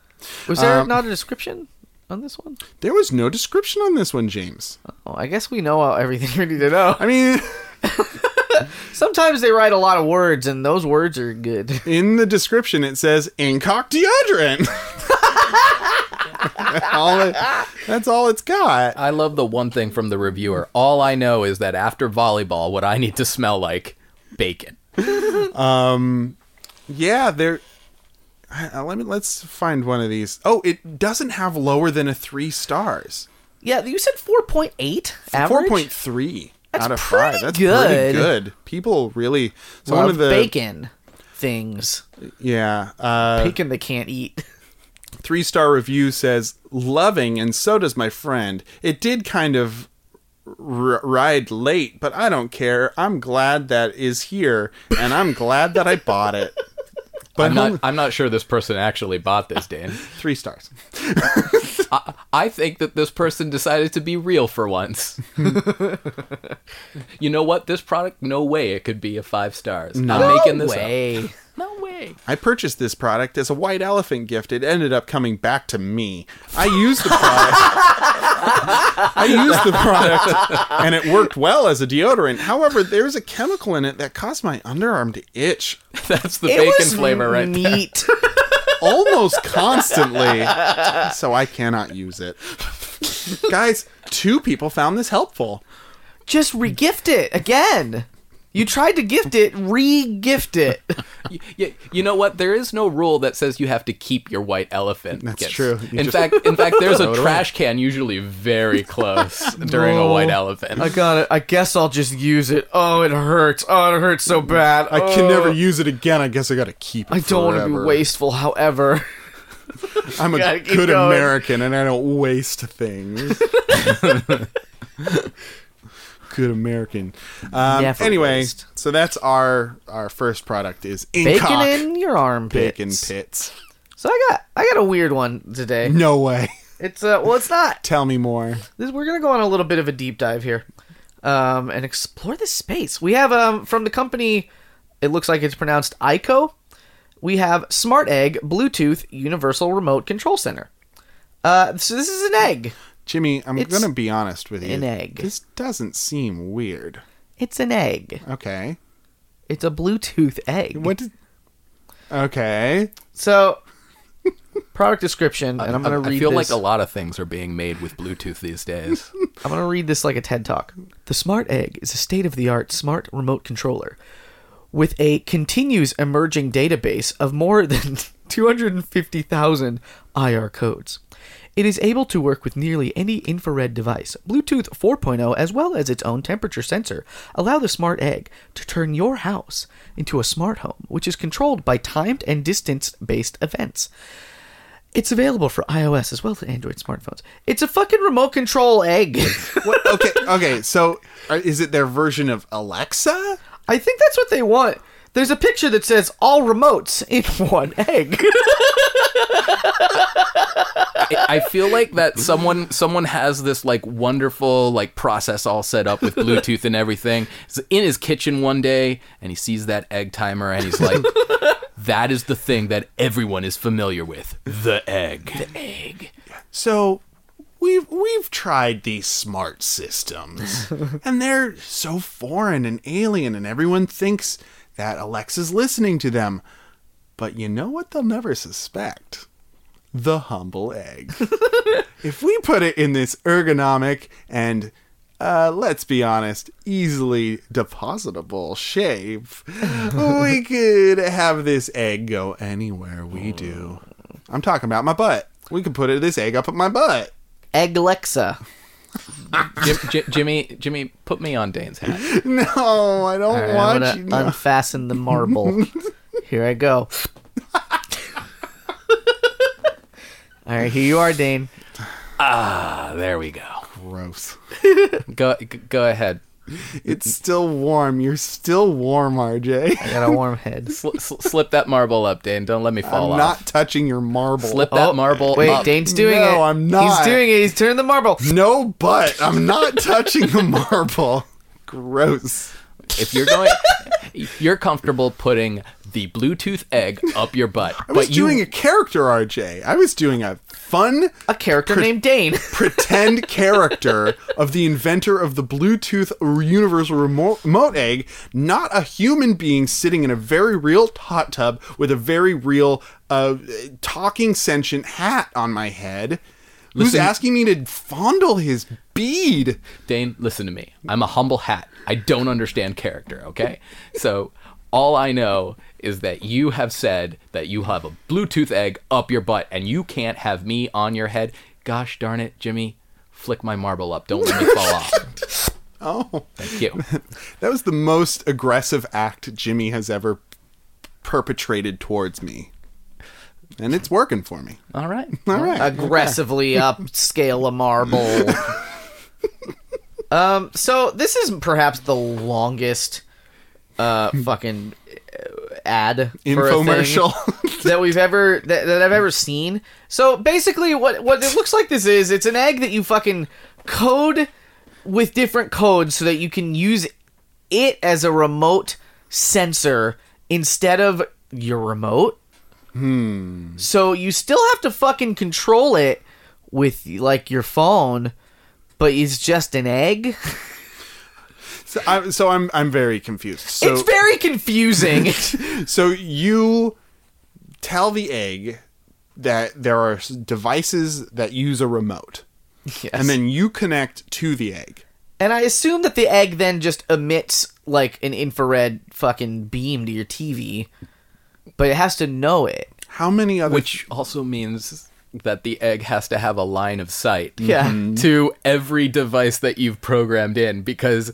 Speaker 3: Was there not a description on this one?
Speaker 1: There was no description on this one, James.
Speaker 3: Oh, I guess we know everything we need to know.
Speaker 1: I mean,
Speaker 3: Sometimes they write a lot of words, and those words are good.
Speaker 1: in the description it says incock deodorant. all it- that's all it's got.
Speaker 2: I love the one thing from the reviewer. All I know is that after volleyball, what I need to smell like bacon.
Speaker 1: Yeah, there. Uh, let me let's find one of these. Oh, it doesn't have lower than a three stars.
Speaker 3: Yeah, you said four point eight.
Speaker 1: Four point three out of five.
Speaker 3: pretty
Speaker 1: That's pretty
Speaker 3: good.
Speaker 1: good. People really. So
Speaker 3: Love
Speaker 1: one of the
Speaker 3: bacon things.
Speaker 1: yeah uh,
Speaker 3: Bacon they can't eat.
Speaker 1: three star review says loving, and so does my friend. It did kind of r- ride late, but I don't care. I'm glad that is here, and I'm glad that I bought it. But
Speaker 2: I'm not,
Speaker 1: only-
Speaker 2: I'm not sure this person actually bought this, Dan.
Speaker 1: three stars.
Speaker 2: I, I think that this person decided to be real for once. you know what? This product, no way it could be a five stars. I'm making this up.
Speaker 3: way.
Speaker 2: No way.
Speaker 1: I purchased this product as a white elephant gift. It ended up coming back to me. I used the product. I used the product and it worked well as a deodorant. However, there's a chemical in it that caused my underarm to itch
Speaker 2: That's the
Speaker 3: It
Speaker 2: bacon
Speaker 3: was
Speaker 2: flavor right there.
Speaker 3: meat.
Speaker 1: almost constantly, so I cannot use it. Guys, two people found this helpful.
Speaker 3: Just regift it again. You tried to gift it, re-gift it.
Speaker 2: Y- y- you know what? There is no rule that says you have to keep your white elephant.
Speaker 1: That's
Speaker 2: gifts.
Speaker 1: true. You
Speaker 2: in
Speaker 1: just
Speaker 2: fact, in fact, there's
Speaker 1: throw
Speaker 2: a
Speaker 1: it away.
Speaker 2: trash can usually very close during a white
Speaker 3: No.
Speaker 2: elephant.
Speaker 3: I got it. I guess I'll just use it. Oh, it hurts. Oh, it hurts so bad.
Speaker 1: I can
Speaker 3: Oh.
Speaker 1: never use it again. I guess I gotta keep it.
Speaker 3: I don't want to be
Speaker 1: forever.
Speaker 3: wasteful. However,
Speaker 1: I'm a
Speaker 3: Gotta keep
Speaker 1: good
Speaker 3: going.
Speaker 1: American and I don't waste things. good American. Um,
Speaker 3: Never
Speaker 1: anyway,
Speaker 3: waste.
Speaker 1: so that's our our first product is
Speaker 3: bacon
Speaker 1: Incock
Speaker 3: in your armpit.
Speaker 1: bacon pits.
Speaker 3: So I got I got a weird one today.
Speaker 1: No way.
Speaker 3: It's uh, well, it's not.
Speaker 1: Tell me more.
Speaker 3: This, we're gonna go on a little bit of a deep dive here, um, and explore this space. We have um, from the company. It looks like it's pronounced ICO. We have Smart Egg Bluetooth Universal Remote Control Center. Uh, so this is an egg.
Speaker 1: Jimmy, I'm
Speaker 3: It's
Speaker 1: gonna be honest with you.
Speaker 3: an egg.
Speaker 1: This doesn't seem weird.
Speaker 3: It's an egg.
Speaker 1: Okay.
Speaker 3: It's a Bluetooth egg.
Speaker 1: What did Okay.
Speaker 3: So, product description, and I'm gonna
Speaker 2: I
Speaker 3: read.
Speaker 2: feel like
Speaker 3: this.
Speaker 2: a lot of things are being made with Bluetooth these days.
Speaker 3: I'm going to read this like a TED talk. The Smart Egg is a state of the art smart remote controller with a continuous emerging database of more than 250,000 IR codes. It is able to work with nearly any infrared device. Bluetooth 4.0, as well as its own temperature sensor, allow the Smart Egg to turn your house into a smart home, which is controlled by timed and distance based events. It's available for iOS as well as Android smartphones. It's a fucking remote control egg.
Speaker 1: What okay, okay. So uh, is it their version of Alexa?
Speaker 3: I think that's what they want. There's a picture that says all remotes in one egg.
Speaker 2: I I feel like that someone someone has this like wonderful like process all set up with Bluetooth and everything. He's in his kitchen one day and he sees that egg timer and he's like, "That is the thing that everyone is familiar with, the egg." The egg.
Speaker 1: So we've we've tried these smart systems and they're so foreign and alien and everyone thinks that Alexa's listening to them. But you know what they'll never suspect? The humble egg. if we put it in this ergonomic and uh, let's be honest, easily depositable shape, we could have this egg go anywhere
Speaker 3: Hmm.
Speaker 1: we do. I'm talking about my butt. We could put it, this egg up at my butt.
Speaker 3: egg Alexa.
Speaker 2: Jim, J- Jimmy, Jimmy, put me on Dane's hat.
Speaker 1: No, I don't
Speaker 3: All right, I'm
Speaker 1: want
Speaker 3: gonna
Speaker 1: you. No.
Speaker 3: unfasten the marble. here I go. all right, here you are, Dane.
Speaker 2: Ah, there we go.
Speaker 1: Gross.
Speaker 2: Go, g- go ahead.
Speaker 1: It's still warm. You're still warm, RJ.
Speaker 3: I got a warm head.
Speaker 2: Sl- sl- slip that marble up, Dane. Don't let me fall
Speaker 1: I'm
Speaker 2: off.
Speaker 1: not touching your marble.
Speaker 2: Slip that
Speaker 3: Oh,
Speaker 2: marble
Speaker 3: Wait,
Speaker 2: up.
Speaker 3: Dane's doing it.
Speaker 1: No, I'm not.
Speaker 3: He's doing it. He's turning the marble.
Speaker 1: No butt. I'm not touching the marble. Gross.
Speaker 2: If you're going, you're comfortable putting the Bluetooth egg up your butt.
Speaker 1: I was
Speaker 2: but
Speaker 1: doing
Speaker 2: you,
Speaker 1: a character, RJ. I was doing a fun
Speaker 3: A character named Dane.
Speaker 1: pretend character of the inventor of the Bluetooth universal remote, remote egg, not a human being sitting in a very real hot tub with a very real uh, talking sentient hat on my head. Who's asking me to fondle his bead?
Speaker 2: Dane, listen to me. I'm a humble hat. I don't understand character, okay? So all I know is that you have said that you have a Bluetooth egg up your butt and you can't have me on your head. Gosh darn it, Jimmy. Flick my marble up. Don't let me fall off.
Speaker 1: Oh,
Speaker 2: Thank you.
Speaker 1: that was the most aggressive act Jimmy has ever perpetrated towards me. And it's working for me.
Speaker 2: All right.
Speaker 1: All right.
Speaker 3: aggressively upscale a marble. um, so this is perhaps the longest uh fucking uh, ad for a thing
Speaker 1: Infomercial.
Speaker 3: that we've ever that, that I've ever seen. So basically, what what it looks like this is it's an egg that you fucking code with different codes so that you can use it as a remote sensor instead of your remote. Hmm. So you still have to fucking control it with like your phone, but it's just an egg.
Speaker 1: so, I, so I'm I'm very confused. So,
Speaker 3: it's very confusing.
Speaker 1: So you tell the egg that there are s- devices that use a remote,
Speaker 3: yes.
Speaker 1: and then you connect to the egg.
Speaker 3: And I assume that the egg then just emits like an infrared fucking beam to your TV, but it has to know it.
Speaker 1: How many other?
Speaker 2: Which also means that the egg has to have a line of sight
Speaker 3: Yeah.
Speaker 2: to every device that you've programmed in because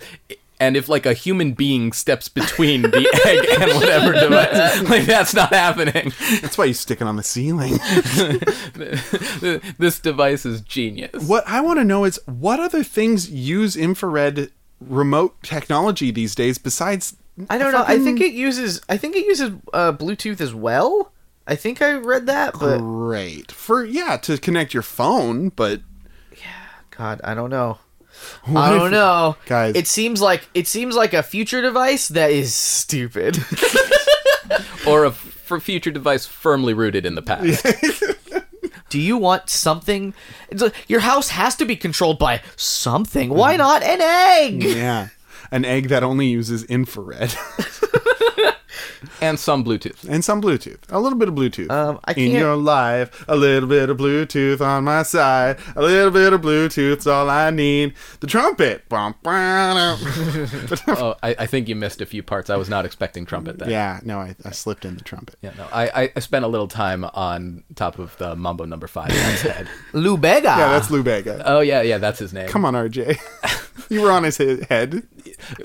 Speaker 2: and if like a human being steps between the egg and whatever device like that's not happening
Speaker 1: that's why you stick it on the ceiling.
Speaker 2: this device is genius
Speaker 1: what I want to know is what other things use infrared remote technology these days besides.
Speaker 3: I don't know. I think it uses. I think it uses uh, Bluetooth as well. I I think I read that, but
Speaker 1: Great for yeah to connect your phone, but
Speaker 3: God, I don't know.
Speaker 1: What
Speaker 3: I don't
Speaker 1: if-
Speaker 3: know,
Speaker 1: Guys.
Speaker 3: It seems like it seems like a future device that is stupid.
Speaker 2: or a for future device firmly rooted in the past.
Speaker 3: Do you want something? It's like, your house has to be controlled by something. Why not an egg?
Speaker 1: Mm-hmm. yeah, an egg that only uses infrared
Speaker 2: and some Bluetooth.
Speaker 1: and some Bluetooth, a little bit of Bluetooth
Speaker 3: Um, I
Speaker 1: in
Speaker 3: can't-
Speaker 1: your life, a little bit of Bluetooth on my side, a little bit of Bluetooth's all I need. The trumpet, Bum, ba, dum.
Speaker 2: Oh, I, I think you missed a few parts. I was not expecting trumpet then.
Speaker 1: yeah, no, I, I slipped in the trumpet.
Speaker 2: Yeah, no, I, I, I spent a little time on top of the Mambo Number Five instead.
Speaker 3: Lubega.
Speaker 1: Yeah, that's Lou Bega.
Speaker 3: Uh,
Speaker 2: oh yeah, yeah, that's his name.
Speaker 1: Come on, RJ, you were on his he- head.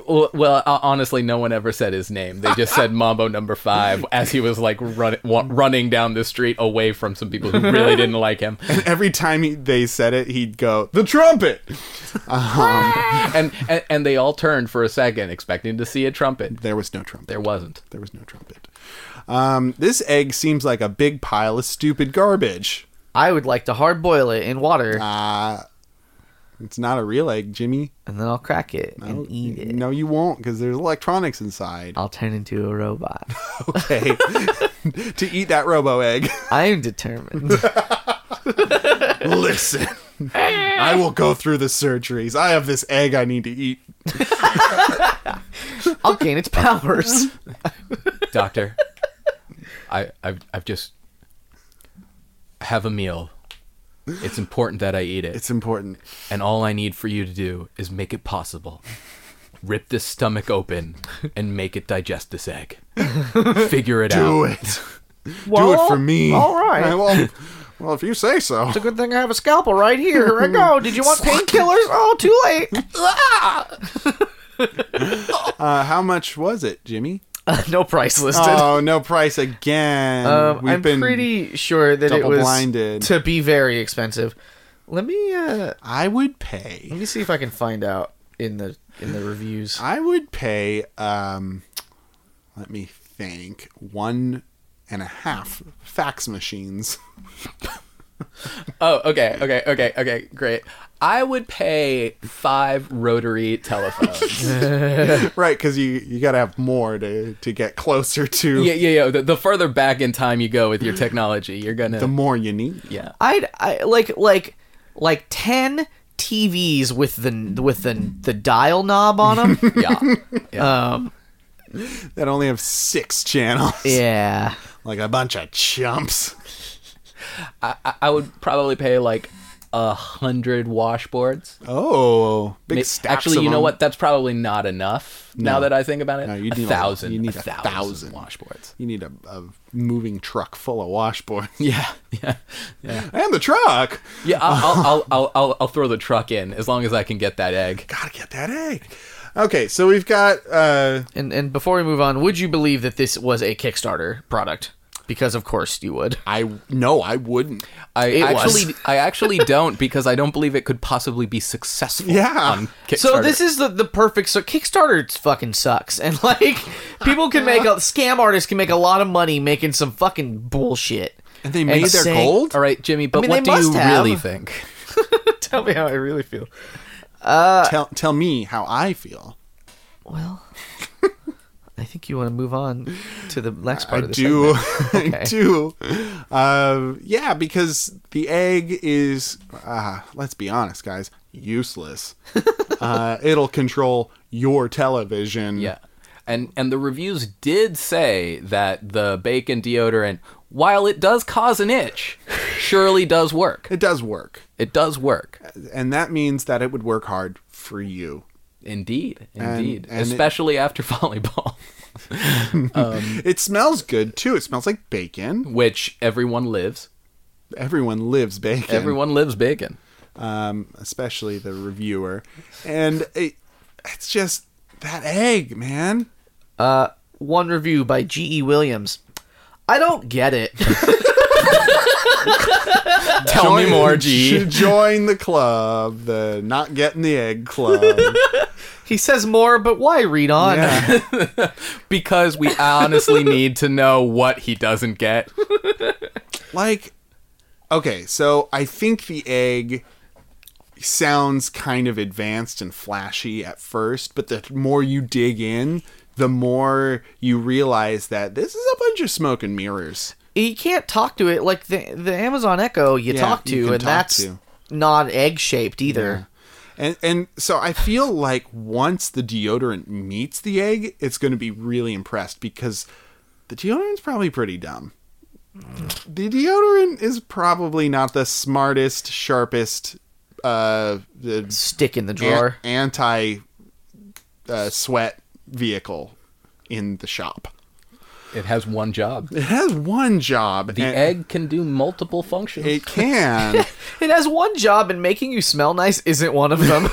Speaker 2: Well, well, uh, honestly, no one ever said his name. They just said Mambo Number Five as he was like run, wa- running down the street away from some people who really didn't like him.
Speaker 1: Every time he, they said it, he'd go the trumpet.
Speaker 2: Um, And, and and they all turned for a second, expecting to see a trumpet.
Speaker 1: There was no trumpet.
Speaker 2: There wasn't.
Speaker 1: There was no trumpet. Um, this egg seems like a big pile of stupid garbage.
Speaker 3: I would like to hard boil it in water,
Speaker 1: Uh, it's not a real egg, Jimmy.
Speaker 3: and then I'll crack it
Speaker 1: Oh,
Speaker 3: and eat it.
Speaker 1: No, you won't, because there's electronics inside.
Speaker 3: I'll turn into a robot.
Speaker 1: Okay. to eat that robo egg,
Speaker 3: I am determined.
Speaker 1: listen. I will go through the surgeries. I have this egg I need to eat.
Speaker 3: I'll gain its powers.
Speaker 2: Doctor, I, I've, I've just have a meal. It's important that I eat it.
Speaker 1: It's important.
Speaker 2: and all I need for you to do is make it possible. Rip this stomach open and make it digest this egg. Figure it
Speaker 1: Do
Speaker 2: out.
Speaker 1: it. Do
Speaker 3: Well,
Speaker 1: it for me.
Speaker 3: all right.
Speaker 1: I- well, well, if you say so.
Speaker 3: It's a good thing I have a scalpel right here. Here I go. Did you want painkillers? Oh, too late.
Speaker 1: Uh, how much was it, Jimmy?
Speaker 3: no price listed.
Speaker 1: Oh, no price again.
Speaker 3: Um, I'm pretty sure that it
Speaker 1: double
Speaker 3: was
Speaker 1: blinded.
Speaker 3: to be very expensive. Let me uh,
Speaker 1: I would
Speaker 3: let
Speaker 1: pay.
Speaker 3: me see if I can find out in the in the reviews.
Speaker 1: I would pay. Um, let me think. One and a half fax machines.
Speaker 2: Oh, okay, okay, okay, okay, great. I would pay five rotary telephones.
Speaker 1: right, because you you gotta have more to to get closer to
Speaker 2: yeah, yeah, yeah. The, the further back in time you go with your technology, you're gonna.
Speaker 1: the more you need.
Speaker 2: yeah.
Speaker 3: I'd I, like like like ten TVs with the with the the dial knob on them.
Speaker 2: Yeah. yeah.
Speaker 3: um,
Speaker 1: That only have six channels.
Speaker 3: yeah,
Speaker 1: Like a bunch of chumps.
Speaker 2: I, I- I would probably pay like a hundred washboards.
Speaker 1: Oh, big
Speaker 2: Ma-
Speaker 1: stacks.
Speaker 2: Actually,
Speaker 1: of
Speaker 2: you know
Speaker 1: them.
Speaker 2: what? That's probably not enough. Now that I think about it,
Speaker 1: No, you
Speaker 2: a
Speaker 1: need a lot.
Speaker 2: thousand.
Speaker 1: You need
Speaker 2: a
Speaker 1: a
Speaker 2: thousand,
Speaker 1: thousand.
Speaker 2: washboards.
Speaker 1: You need a, a moving truck full of washboards
Speaker 2: Yeah, yeah, yeah.
Speaker 1: and the truck.
Speaker 2: Yeah, I'll, I'll, I'll, I'll, I'll, I'll throw the truck in as long as I can get that egg.
Speaker 1: Gotta get that egg. Okay, so we've got uh,
Speaker 3: and and before we move on, would you believe that this was a Kickstarter product? Because of course you would.
Speaker 1: I no, I wouldn't.
Speaker 2: I
Speaker 3: It was.
Speaker 2: actually, I actually don't because I don't believe it could possibly be successful.
Speaker 1: Yeah.
Speaker 2: on Kickstarter.
Speaker 3: So this is the the perfect so Kickstarter fucking sucks and like people can make a scam artists can make a lot of money making some fucking bullshit.
Speaker 1: And they made their
Speaker 3: saying-
Speaker 1: gold.
Speaker 2: all right, Jimmy. But
Speaker 3: mean,
Speaker 2: what do
Speaker 3: they
Speaker 2: you
Speaker 3: must have.
Speaker 2: really think?
Speaker 3: Tell me how I really feel.
Speaker 1: tell tell me how I feel.
Speaker 3: Well, I think you want to move on to the next part
Speaker 1: I
Speaker 3: of the
Speaker 1: do,
Speaker 3: segment.
Speaker 1: I
Speaker 3: Okay.
Speaker 1: do. Uh, yeah, because the egg is, uh, let's be honest, guys, useless. uh, it'll control your television.
Speaker 2: Yeah. And and the reviews did say that the bacon deodorant, while it does cause an itch, surely does work.
Speaker 1: it does work,
Speaker 2: It does work.
Speaker 1: and that means that it would work hard for you.
Speaker 2: Indeed.
Speaker 1: And-
Speaker 2: Indeed.
Speaker 1: and it-
Speaker 2: Especially after volleyball,
Speaker 3: Um,
Speaker 1: It smells good too. It smells like bacon.
Speaker 2: which everyone lives.
Speaker 1: Everyone lives bacon.
Speaker 2: Everyone lives bacon.
Speaker 1: um, especially the reviewer, and it, it's just that egg, man.
Speaker 3: Uh, one review by G. E. Williams. I don't get it. Uh,
Speaker 2: Tell me more, G.
Speaker 1: Join the club, the not getting the egg club.
Speaker 3: He says more, but why read on?
Speaker 1: Yeah.
Speaker 2: because we honestly need to know what he doesn't get.
Speaker 1: like okay so i think the egg sounds kind of advanced and flashy at first but the more you dig in the more you realize that this is a bunch of smoke and mirrors
Speaker 3: You can't talk to it like the the Amazon Echo. You
Speaker 1: Yeah,
Speaker 3: talk to,
Speaker 1: you can
Speaker 3: and
Speaker 1: talk
Speaker 3: that's
Speaker 1: to.
Speaker 3: not egg shaped either.
Speaker 1: and and so i feel like once the deodorant meets the egg it's going to be really impressed because the deodorant's probably pretty dumb the deodorant is probably not the smartest sharpest uh the
Speaker 3: Stick in the drawer.
Speaker 1: anti uh, sweat vehicle in the shop.
Speaker 2: It has one job.
Speaker 1: It has one job.
Speaker 2: The
Speaker 1: and
Speaker 2: egg can do multiple functions.
Speaker 1: It can.
Speaker 3: It has one job, and making you smell nice isn't one of them.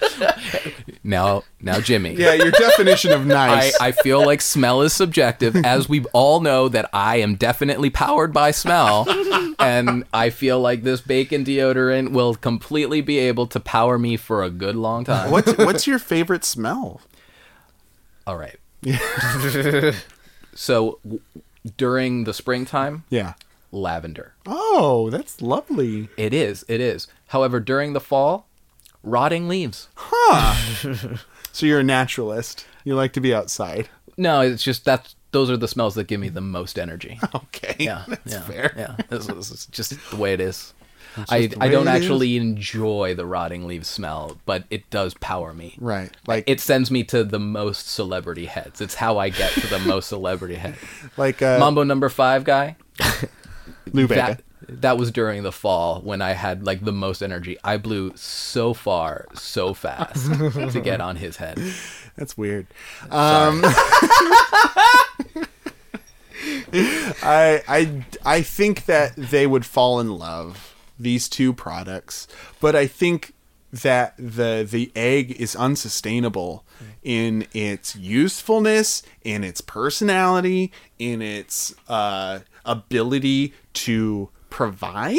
Speaker 2: now, now, Jimmy.
Speaker 1: yeah, your definition of
Speaker 2: I,
Speaker 1: nice.
Speaker 2: I feel like smell is subjective, as we all know that I am definitely powered by smell. and I feel like this bacon deodorant will completely be able to power me for a good long time.
Speaker 1: what's what's your favorite smell?
Speaker 2: All right. so w- during the springtime,
Speaker 1: Yeah.
Speaker 2: lavender.
Speaker 1: Oh, that's lovely.
Speaker 2: It is. It is. However, during the fall, rotting leaves.
Speaker 1: So you're a naturalist. You like to be outside.
Speaker 2: No, it's just that's those are the smells that give me the most energy.
Speaker 1: Okay.
Speaker 2: Yeah,
Speaker 1: that's
Speaker 2: yeah,
Speaker 1: fair.
Speaker 2: Yeah, this, this is just the way it is. I,
Speaker 1: the
Speaker 2: I
Speaker 1: way
Speaker 2: don't
Speaker 1: it is.
Speaker 2: actually enjoy the rotting leaves smell, but it does power me.
Speaker 1: Right. Like
Speaker 2: It sends me to the most celebrity heads. It's how I get to the most celebrity head.
Speaker 1: like uh,
Speaker 2: Mambo number five guy.
Speaker 1: Lou Bega.
Speaker 2: That that was during the fall when I had like the most energy. I blew so far, so fast to get on his head.
Speaker 1: That's weird. Um,
Speaker 2: Sorry.
Speaker 1: I I I think that they would fall in love these two products, but I think that the the egg is unsustainable in its usefulness, in its personality, in its uh, ability to provide,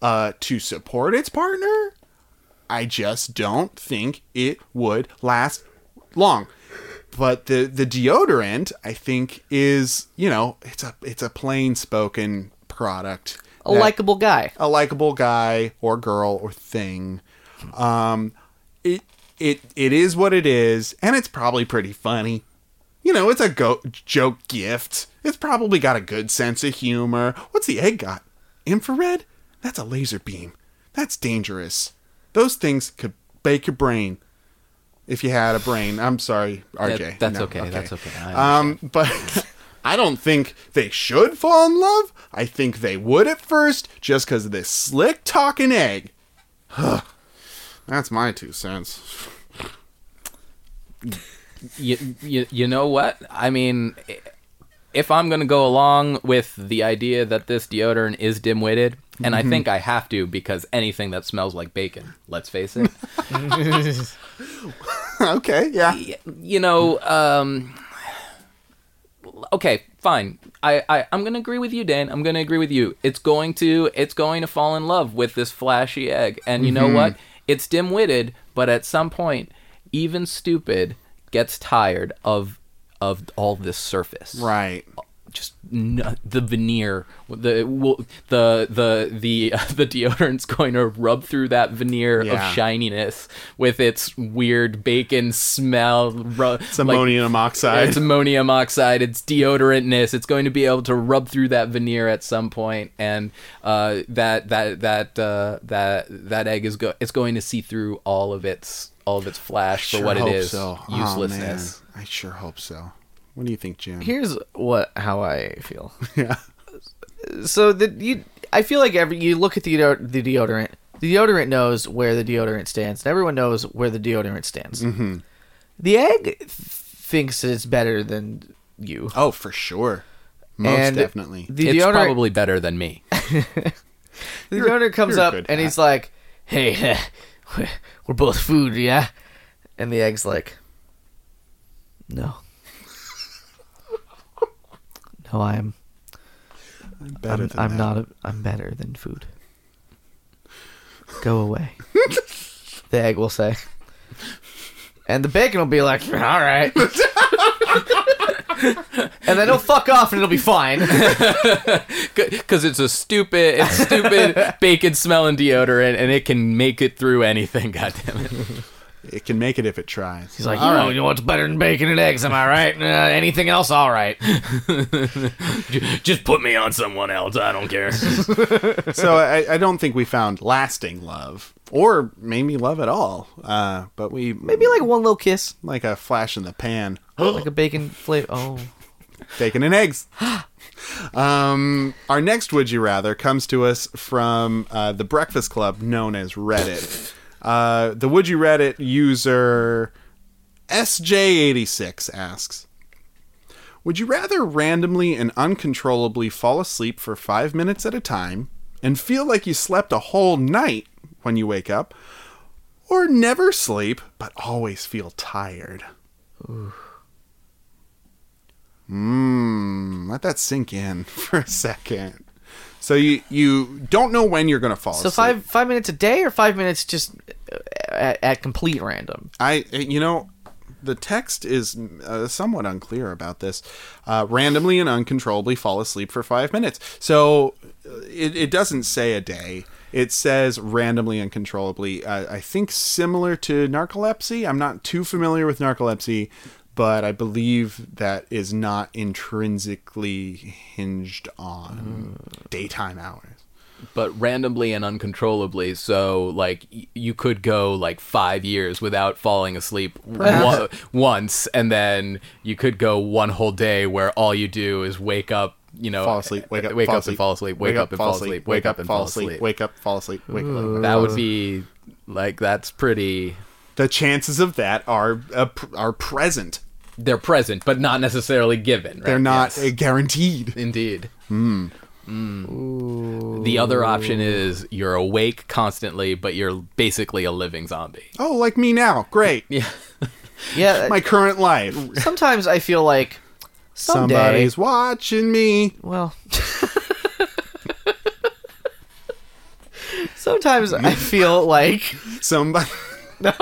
Speaker 1: uh, to support its partner. I just don't think it would last long. But the the deodorant, I think, is you know it's a it's a plain spoken product,
Speaker 3: A
Speaker 1: that-
Speaker 3: likable guy.
Speaker 1: a likable guy or girl or thing. Um, it it it is what it is, and it's probably pretty funny. You know, it's a go- joke gift. It's probably got a good sense of humor. What's the egg got? Infrared? That's a laser beam. That's dangerous. Those things could bake your brain. If you had a brain, I'm sorry, RJ.
Speaker 2: That- that's
Speaker 1: No,
Speaker 2: okay, That's okay. I
Speaker 1: um, but I don't think they should fall in love. I think they would at first, just because of this slick talking egg. That's my two cents.
Speaker 2: you, you, you know what? I mean, if I'm going to go along with the idea that this deodorant is dim witted, and
Speaker 1: Mm-hmm.
Speaker 2: I think I have to because anything that smells like bacon, let's face it,
Speaker 1: okay, yeah,
Speaker 2: y- you know, um, okay, fine. I, I, I'm going to agree with you, Dan. I'm going to agree with you. It's going to, it's going to fall in love with this flashy egg. And you
Speaker 1: Mm-hmm.
Speaker 2: know what? It's dim witted, but at some point, even stupid gets tired of, of all this surface
Speaker 1: right.
Speaker 2: just n- the veneer the wo- the the the the deodorant's going to rub through that veneer
Speaker 1: Yeah.
Speaker 2: of shininess with its weird bacon smell ru-
Speaker 1: It's ammonium oxide.
Speaker 2: it's ammonium oxide it's deodorantness it's going to be able to rub through that veneer at some point and uh, that that that uh, that that egg is go- it's going to see through all of its all of its flash for what it
Speaker 1: hope
Speaker 2: is
Speaker 1: Oh,
Speaker 2: uselessness
Speaker 1: man. I sure hope so. What do you think, Jim?
Speaker 3: Here's what how I feel.
Speaker 1: yeah,
Speaker 3: so the you I feel like every you look at the deo- the deodorant. The deodorant knows where the deodorant stands. And everyone knows where the deodorant stands. Mm-hmm. The egg th- thinks it's better than you.
Speaker 1: oh, for sure, most
Speaker 3: And
Speaker 1: definitely.
Speaker 3: The
Speaker 2: it's
Speaker 3: deodorant,
Speaker 2: probably better than me
Speaker 3: the deodorant comes
Speaker 1: you're a
Speaker 3: up
Speaker 1: good
Speaker 3: and
Speaker 1: hat.
Speaker 3: he's like, "Hey, we're both food, yeah." And the egg's like, "No, no, I'm
Speaker 1: better
Speaker 3: I'm,
Speaker 1: than
Speaker 3: I'm
Speaker 1: that.
Speaker 3: not. A, I'm better than food. Go away. the egg will say. And the bacon will be like, all right. and then he'll fuck off and it'll be fine.
Speaker 2: because it's a stupid, it's stupid bacon smelling deodorant, and it can make it through anything. God damn it!
Speaker 1: It can make it if it tries.
Speaker 3: He's like, you, know, you know what's better than bacon and eggs, am I right? Uh, anything else, all right.
Speaker 2: Just put me on someone else. I don't care.
Speaker 1: so I, I don't think we found lasting love or maybe love at all. Uh, but we
Speaker 3: Maybe like one little kiss,
Speaker 1: like a flash in the pan,
Speaker 3: like a bacon flavor. Oh.
Speaker 1: bacon and eggs. um, our next would you rather comes to us from uh, the Breakfast Club, known as Reddit. Uh, the would you Reddit user SJ86 asks. Would you rather randomly and uncontrollably fall asleep for five minutes at a time and feel like you slept a whole night when you wake up, or never sleep but always feel tired? Mmm, let that sink in for a second. So you you don't know when you're gonna fall
Speaker 3: So
Speaker 1: asleep.
Speaker 3: five five minutes a day or five minutes just uh, at, at complete random?
Speaker 1: I eh, you know the text is uh, somewhat unclear about this. Uh, randomly and uncontrollably fall asleep for five minutes. So uh, it, it doesn't say a day. It says randomly and controllably. Uh, I think similar to narcolepsy. I'm not too familiar with narcolepsy, but I believe that is not intrinsically hinged on
Speaker 2: Mm.
Speaker 1: daytime hours.
Speaker 2: but randomly and uncontrollably. So like y- you could go like five years without falling asleep w- once, and then you could go one whole day where all you do is wake up. You know,
Speaker 1: Fall asleep, wake up,
Speaker 2: Oh, uh, wake
Speaker 1: fall
Speaker 2: up and fall asleep, wake, up and fall asleep, wake up and fall asleep. Mm.
Speaker 1: wake up, fall asleep, wake up.
Speaker 2: That would be like that's pretty.
Speaker 1: the chances of that are uh, pr- are present.
Speaker 2: They're present, but not necessarily given. Right?
Speaker 1: They're not hmm.
Speaker 2: Yes.
Speaker 1: uh, guaranteed.
Speaker 2: Indeed. Mm. The other option is you're awake constantly, but you're basically a living zombie.
Speaker 1: Oh, like me now. Great.
Speaker 2: Yeah.
Speaker 3: Yeah.
Speaker 1: My current life.
Speaker 3: sometimes I feel like someday.
Speaker 1: Somebody's watching me.
Speaker 3: Well. sometimes I feel like
Speaker 1: Somebody.
Speaker 3: no.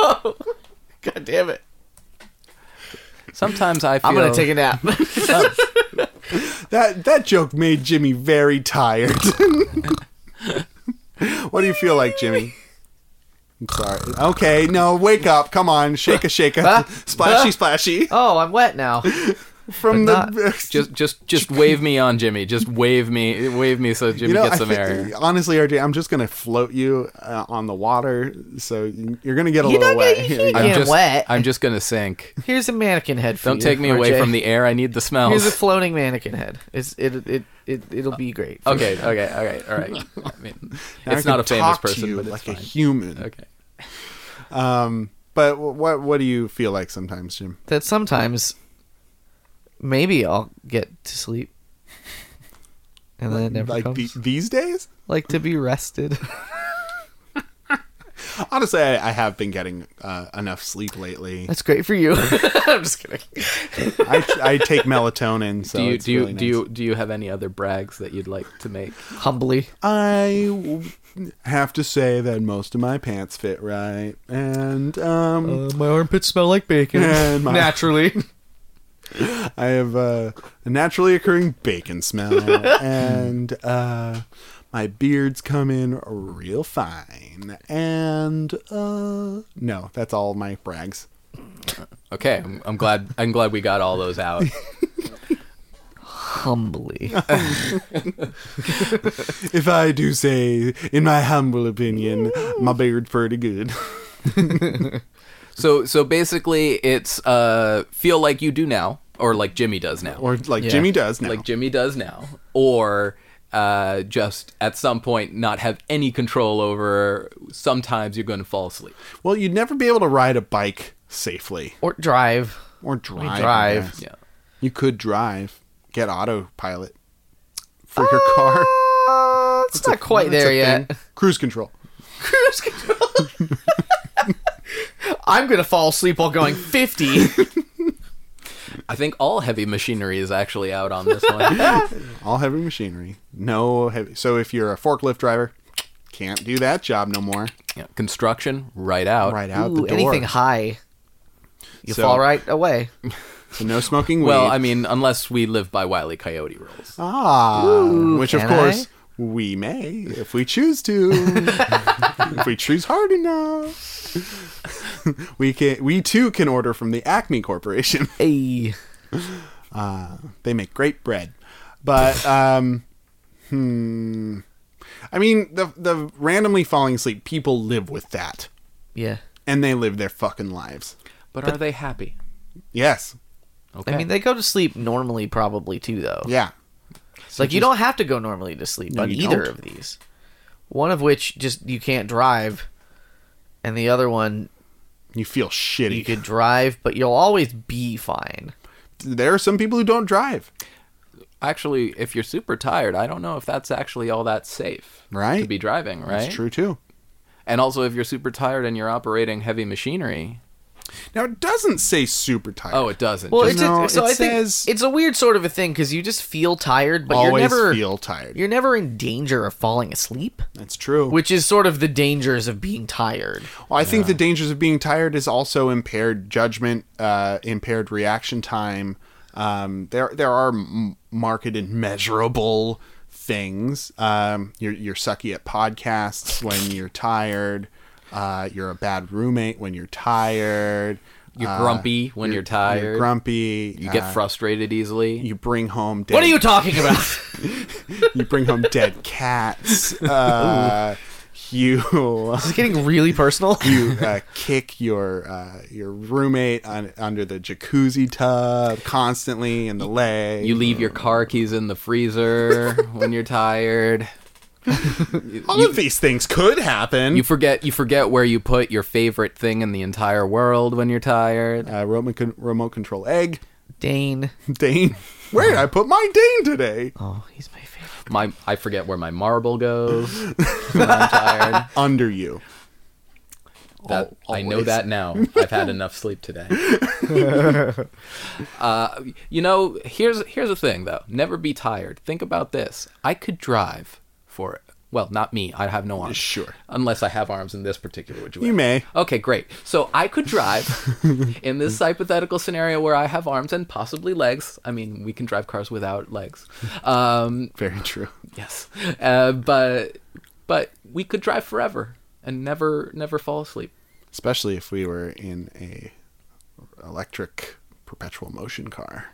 Speaker 3: God damn it!
Speaker 2: Sometimes I feel Oh.
Speaker 3: I'm gonna take a nap.
Speaker 1: That that joke made Jimmy very tired. what do you feel like, Jimmy? I'm sorry. Okay, no, wake up. Come on, shake a shake a
Speaker 3: Huh?
Speaker 1: splashy
Speaker 3: Huh?
Speaker 1: splashy
Speaker 3: oh, I'm wet now.
Speaker 1: from the
Speaker 3: But
Speaker 2: just just just wave me on Jimmy. Just wave me wave me so Jimmy gets
Speaker 1: I
Speaker 2: some
Speaker 1: thi-
Speaker 2: air.
Speaker 1: honestly, RJ, I'm just gonna float you uh, on the water, so you're gonna get a
Speaker 3: You're
Speaker 1: little
Speaker 3: not
Speaker 1: wet.
Speaker 3: gonna- you-
Speaker 2: I'm
Speaker 3: Yeah,
Speaker 2: just
Speaker 3: wet.
Speaker 2: I'm just gonna sink.
Speaker 3: Here's a mannequin head. For
Speaker 2: Don't
Speaker 3: you,
Speaker 2: take me away
Speaker 3: RJ.
Speaker 2: from the air. I need the
Speaker 3: Here's a
Speaker 2: smells.
Speaker 3: floating mannequin head. It's it it it it'll be great.
Speaker 2: Okay, okay, all right, all right. I mean,
Speaker 1: Now I
Speaker 2: it's not
Speaker 1: can
Speaker 2: a famous
Speaker 1: talk to
Speaker 2: person,
Speaker 1: you
Speaker 2: but it's
Speaker 1: like
Speaker 2: fine.
Speaker 1: a human.
Speaker 2: okay.
Speaker 1: Um, but wh- what what do you feel like sometimes, Jim?
Speaker 3: That sometimes maybe I'll get to sleep. And then it never
Speaker 1: like
Speaker 3: comes.
Speaker 1: the- these days?
Speaker 3: like to be rested.
Speaker 1: Honestly, I, I have been getting uh, enough sleep lately.
Speaker 3: That's great for you. I'm just kidding.
Speaker 1: I, I take melatonin. So
Speaker 2: do you
Speaker 1: it's
Speaker 2: do you
Speaker 1: really
Speaker 2: do
Speaker 1: nice.
Speaker 2: you do you have any other brags that you'd like to make?
Speaker 3: Humbly.
Speaker 1: I w- have to say that most of my pants fit right, and um,
Speaker 2: Uh,
Speaker 3: my armpits smell like bacon.
Speaker 1: And my-
Speaker 3: Naturally.
Speaker 1: I have uh, a naturally occurring bacon smell, and uh, my beards come in real fine. And uh, no, that's all my brags.
Speaker 2: Okay, I'm, I'm glad I'm glad we got all those out.
Speaker 3: Humbly.
Speaker 1: If I do say, in my humble opinion, my beard's pretty good.
Speaker 2: So so basically, it's uh feel like you do now, or like Jimmy does now,
Speaker 1: Or like
Speaker 3: Yeah.
Speaker 1: Jimmy does now.
Speaker 2: like Jimmy does now, or uh, just at some point not have any control over. Sometimes you're going to fall asleep.
Speaker 1: well, you'd never be able to ride a bike safely
Speaker 3: or drive.
Speaker 1: or drive. I
Speaker 3: drive.
Speaker 1: guess.
Speaker 2: Yeah,
Speaker 1: You could drive, get autopilot for your car.
Speaker 3: Uh, it's Ah, not quite
Speaker 1: That's a
Speaker 3: there yet.
Speaker 1: thing. Cruise control.
Speaker 3: Cruise control. I'm gonna fall asleep while going 50.
Speaker 2: I think all heavy machinery is actually out on this one.
Speaker 1: All heavy machinery. No heavy. So if you're a forklift driver, can't do that job no more.
Speaker 2: Yeah, Construction right out.
Speaker 1: Right out
Speaker 3: Ooh,
Speaker 1: the door.
Speaker 3: anything high. You
Speaker 1: So-
Speaker 3: fall right away.
Speaker 1: So no smoking weed.
Speaker 2: Well, I mean, unless we live by Wiley Coyote rules.
Speaker 1: ah, which of
Speaker 3: can
Speaker 1: course we may if we choose to, if we choose hard enough. we can. We too can order from the Acme Corporation.
Speaker 3: Hey.
Speaker 1: Uh, they make great bread, but um, hmm. I mean, the the randomly falling asleep people live with that,
Speaker 3: Yeah.
Speaker 1: and they live their fucking lives.
Speaker 2: But, are they happy?
Speaker 1: Yes.
Speaker 2: Okay.
Speaker 3: I mean, they go to sleep normally, probably too, though.
Speaker 1: Yeah.
Speaker 3: It's like you don't have to go normally to sleep
Speaker 1: No,
Speaker 3: on
Speaker 1: you
Speaker 3: either
Speaker 1: don't.
Speaker 3: of these. One of which just you can't drive, and the other one
Speaker 1: You feel shitty.
Speaker 3: you could drive, but you'll always be fine.
Speaker 1: there are some people who don't drive.
Speaker 2: actually, if you're super tired, I don't know if that's actually all that safe.
Speaker 1: Right.
Speaker 2: To be driving, right?
Speaker 1: That's true too.
Speaker 2: And also, if you're super tired and you're operating heavy machinery,
Speaker 1: Now it doesn't say super tired.
Speaker 2: oh, it doesn't.
Speaker 3: Well,
Speaker 2: Just-
Speaker 3: it's a-
Speaker 1: No,
Speaker 3: so
Speaker 1: it
Speaker 3: I think
Speaker 1: says-
Speaker 3: it's a weird sort of a thing because you just feel tired, but
Speaker 1: always
Speaker 3: you're never
Speaker 1: feel tired.
Speaker 3: you're never in danger of falling asleep,
Speaker 1: That's true.
Speaker 3: which is sort of the dangers of being tired.
Speaker 1: Well, I think the dangers of being tired is also impaired judgment, uh, impaired reaction time. Um, there, there are m- marked and measurable things. Um, you're, you're sucky at podcasts when you're tired. Uh, you're a bad roommate when you're tired.
Speaker 2: you're
Speaker 1: Uh,
Speaker 2: grumpy when you're, tired.
Speaker 1: You're grumpy.
Speaker 2: you get
Speaker 1: uh,
Speaker 2: frustrated easily.
Speaker 1: You bring home. Dead,
Speaker 3: What are you talking about?
Speaker 1: You bring home dead cats. Uh, you.
Speaker 3: It's getting really personal.
Speaker 1: you uh, kick your uh, your roommate on, under the jacuzzi tub constantly in the leg.
Speaker 2: You leave your car keys in the freezer when you're tired.
Speaker 1: All of these things could happen.
Speaker 2: You forget you forget where you put your favorite thing in the entire world when you're tired.
Speaker 1: uh, remote, con- remote control egg.
Speaker 3: Dane.
Speaker 1: Dane. Where did I put my Dane today?
Speaker 3: Oh, he's my favorite.
Speaker 2: My I forget where my marble goes when I'm tired.
Speaker 1: Under you.
Speaker 2: That,
Speaker 1: Al-
Speaker 2: I know
Speaker 1: always.
Speaker 2: that now. I've had enough sleep today. uh, you know, here's here's the thing though. Never be tired. Think about this. I could drive for well, not me. I have no arms.
Speaker 1: Sure.
Speaker 2: Unless I have arms in this particular which way.
Speaker 1: You may.
Speaker 2: Okay, great. So I could drive in this hypothetical scenario where I have arms and possibly legs. I mean, we can drive cars without legs. Um,
Speaker 1: Very true.
Speaker 2: yes, uh, but but we could drive forever and never never fall asleep.
Speaker 1: Especially if we were in a electric perpetual motion car.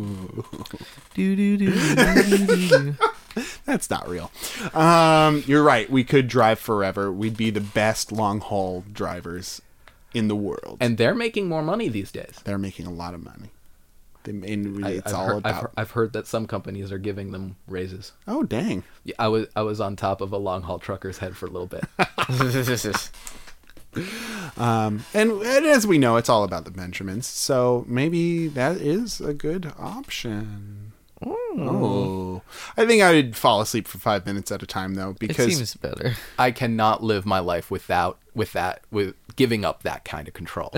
Speaker 3: Do do do do do do.
Speaker 1: That's not real. Um, you're right. We could drive forever. We'd be the best long haul drivers in the world.
Speaker 2: And they're making more money these days.
Speaker 1: they're making a lot of money. They, and
Speaker 2: I,
Speaker 1: it's
Speaker 2: I've,
Speaker 1: all
Speaker 2: heard, I've,
Speaker 1: about.
Speaker 2: heard- I've heard that some companies are giving them raises.
Speaker 1: oh dang!
Speaker 2: Yeah, I was I was on top of a long haul trucker's head for a little bit.
Speaker 1: Um, and, and as we know, it's all about the Benjamins. So maybe that is a good option.
Speaker 2: Hmm.
Speaker 1: Oh, I think I would fall asleep for five minutes at a time though,
Speaker 3: It
Speaker 1: because
Speaker 3: seems better.
Speaker 2: I cannot live my life without with that with giving up that kind of control.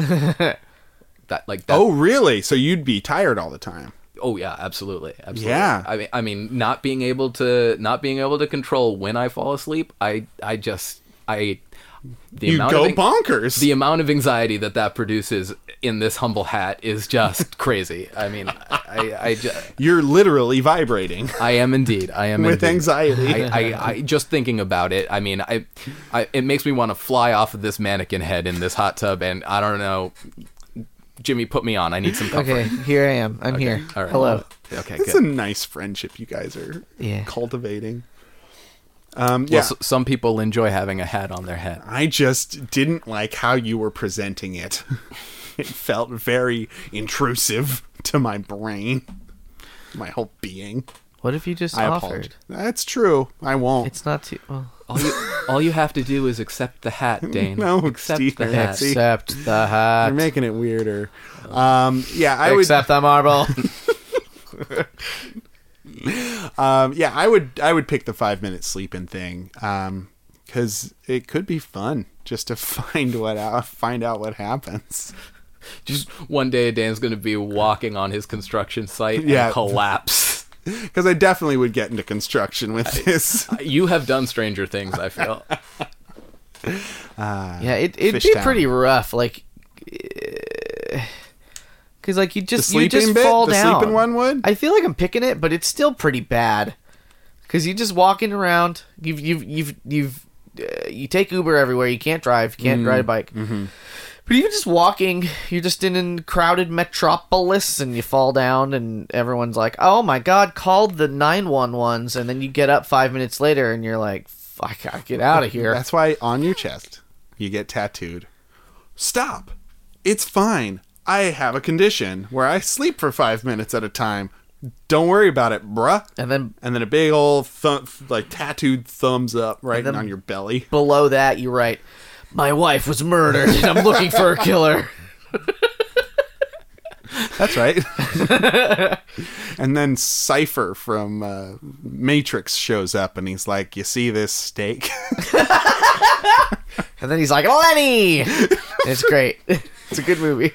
Speaker 2: that like that,
Speaker 1: oh really? So you'd be tired all the time.
Speaker 2: oh yeah absolutely absolutely
Speaker 1: Yeah.
Speaker 2: I mean I mean not being able to not being able to control when I fall asleep I I just I the
Speaker 1: You
Speaker 2: amount
Speaker 1: go
Speaker 2: of an-
Speaker 1: bonkers.
Speaker 2: the amount of anxiety that that produces in this humble hat is just crazy. I mean I I, I ju-
Speaker 1: You're literally vibrating.
Speaker 2: I am indeed. I am
Speaker 1: With
Speaker 2: indeed.
Speaker 1: anxiety.
Speaker 2: I, I, I just thinking about it. I mean, I, I it makes me want to fly off of this mannequin head in this hot tub, and I don't know. Jimmy, put me on. I need some comfort.
Speaker 3: Okay, here I am. I'm here.
Speaker 2: All right.
Speaker 3: Hello.
Speaker 2: Okay.
Speaker 1: It's
Speaker 2: Good.
Speaker 1: a nice friendship you guys are
Speaker 3: Yeah.
Speaker 1: cultivating. Um, yeah.
Speaker 2: Well, s- some people enjoy having a hat on their head.
Speaker 1: I just didn't like how you were presenting it. it felt very intrusive to my brain, my whole being.
Speaker 3: What if you just
Speaker 1: I apologize.
Speaker 3: offered?
Speaker 1: That's true. I won't.
Speaker 3: It's not too. Well,
Speaker 2: All you, all you have to do is accept the hat, Dane.
Speaker 1: No,
Speaker 2: accept
Speaker 1: Steve,
Speaker 2: the hat.
Speaker 1: that's- See?
Speaker 3: Accept the hat.
Speaker 1: You're making it weirder. Um, yeah, I would.
Speaker 3: Accept the marble.
Speaker 1: Um, yeah, I would. I would pick the five minute sleeping thing because it could be fun just to find what out, find out what happens.
Speaker 2: Just one day, Dane's going to be walking on his construction site
Speaker 1: Yeah.
Speaker 2: and collapse.
Speaker 1: Because I definitely would get into construction with this.
Speaker 2: you have done stranger things. I feel.
Speaker 3: yeah, it, it'd
Speaker 1: Fish
Speaker 3: be
Speaker 1: town.
Speaker 3: pretty rough. Like because like you
Speaker 1: The
Speaker 3: just you
Speaker 1: sleeping
Speaker 3: just
Speaker 1: bit,
Speaker 3: fall
Speaker 1: the
Speaker 3: down.
Speaker 1: sleeping one would.
Speaker 3: I feel like I'm picking it, but it's still pretty bad. Cause you just walking around, you've you've you've you've uh, you take Uber everywhere. You can't drive. You can't ride
Speaker 1: Mm,
Speaker 3: a bike.
Speaker 1: mm-hmm.
Speaker 3: But even just walking, you're just in a crowded metropolis, and you fall down, and everyone's like, "Oh my god!" Called the nine one ones, and then you get up five minutes later, and you're like, "Fuck, I gotta get out of here."
Speaker 1: That's why on your chest you get tattooed. Stop. It's fine. I have a condition where I sleep for five minutes at a time. Don't worry about it, bruh.
Speaker 3: and then
Speaker 1: And then a big old thumb, like tattooed thumbs up right
Speaker 3: then-
Speaker 1: on your belly.
Speaker 3: below that, you write, "My wife was murdered, and I'm looking for a killer."
Speaker 1: That's right. and then Cipher from uh, Matrix shows up and he's like, "You see this steak?
Speaker 3: And then he's like, Lenny! And it's great. it's a good movie.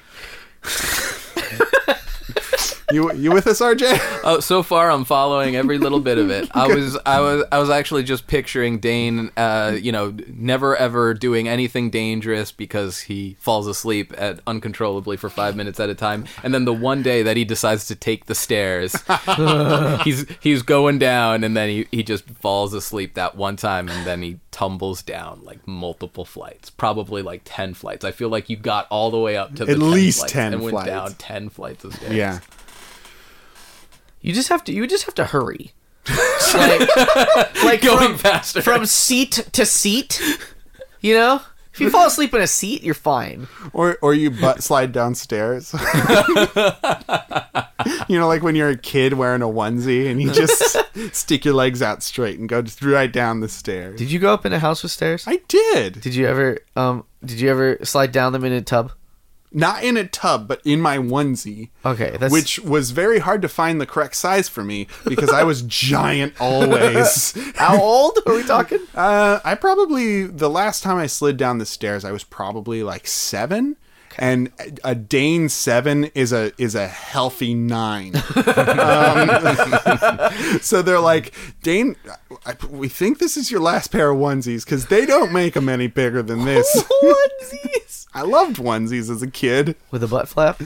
Speaker 1: you you with us, RJ?
Speaker 2: Oh, so far I'm following every little bit of it. I was, I was, I was actually just picturing Dane, uh, you know, never ever doing anything dangerous because he falls asleep at uncontrollably for five minutes at a time, and then the one day that he decides to take the stairs, he's he's going down, and then he he just falls asleep that one time, and then he tumbles down like multiple flights, probably like ten flights. I feel like you got all the way up to the
Speaker 1: At least
Speaker 2: flights
Speaker 1: 10
Speaker 2: and went
Speaker 1: flights.
Speaker 2: down ten flights of stairs.
Speaker 1: yeah.
Speaker 3: You just have to you just have to hurry. like like
Speaker 2: Going
Speaker 3: from,
Speaker 2: faster
Speaker 3: from seat to seat. You know? If you fall asleep in a seat, you're fine.
Speaker 1: Or or you butt slide downstairs. you know, like when you're a kid wearing a onesie and you just stick your legs out straight and go just right down the stairs.
Speaker 3: Did you grow up in a house with stairs?
Speaker 1: I did.
Speaker 3: Did you ever um did you ever slide down them in a tub?
Speaker 1: Not in a tub, but in my onesie.
Speaker 3: Okay, that's
Speaker 1: which was very hard to find the correct size for me because I was giant always.
Speaker 3: how old are we talking?
Speaker 1: Uh, I probably the last time I slid down the stairs, I was probably like seven, and a- a Dane seven is a is a healthy nine. um, so they're like Dane, I, we think this is your last pair of onesies because they don't make them any bigger than this.
Speaker 3: Onesies.
Speaker 1: I loved onesies as a kid.
Speaker 3: With a butt flap?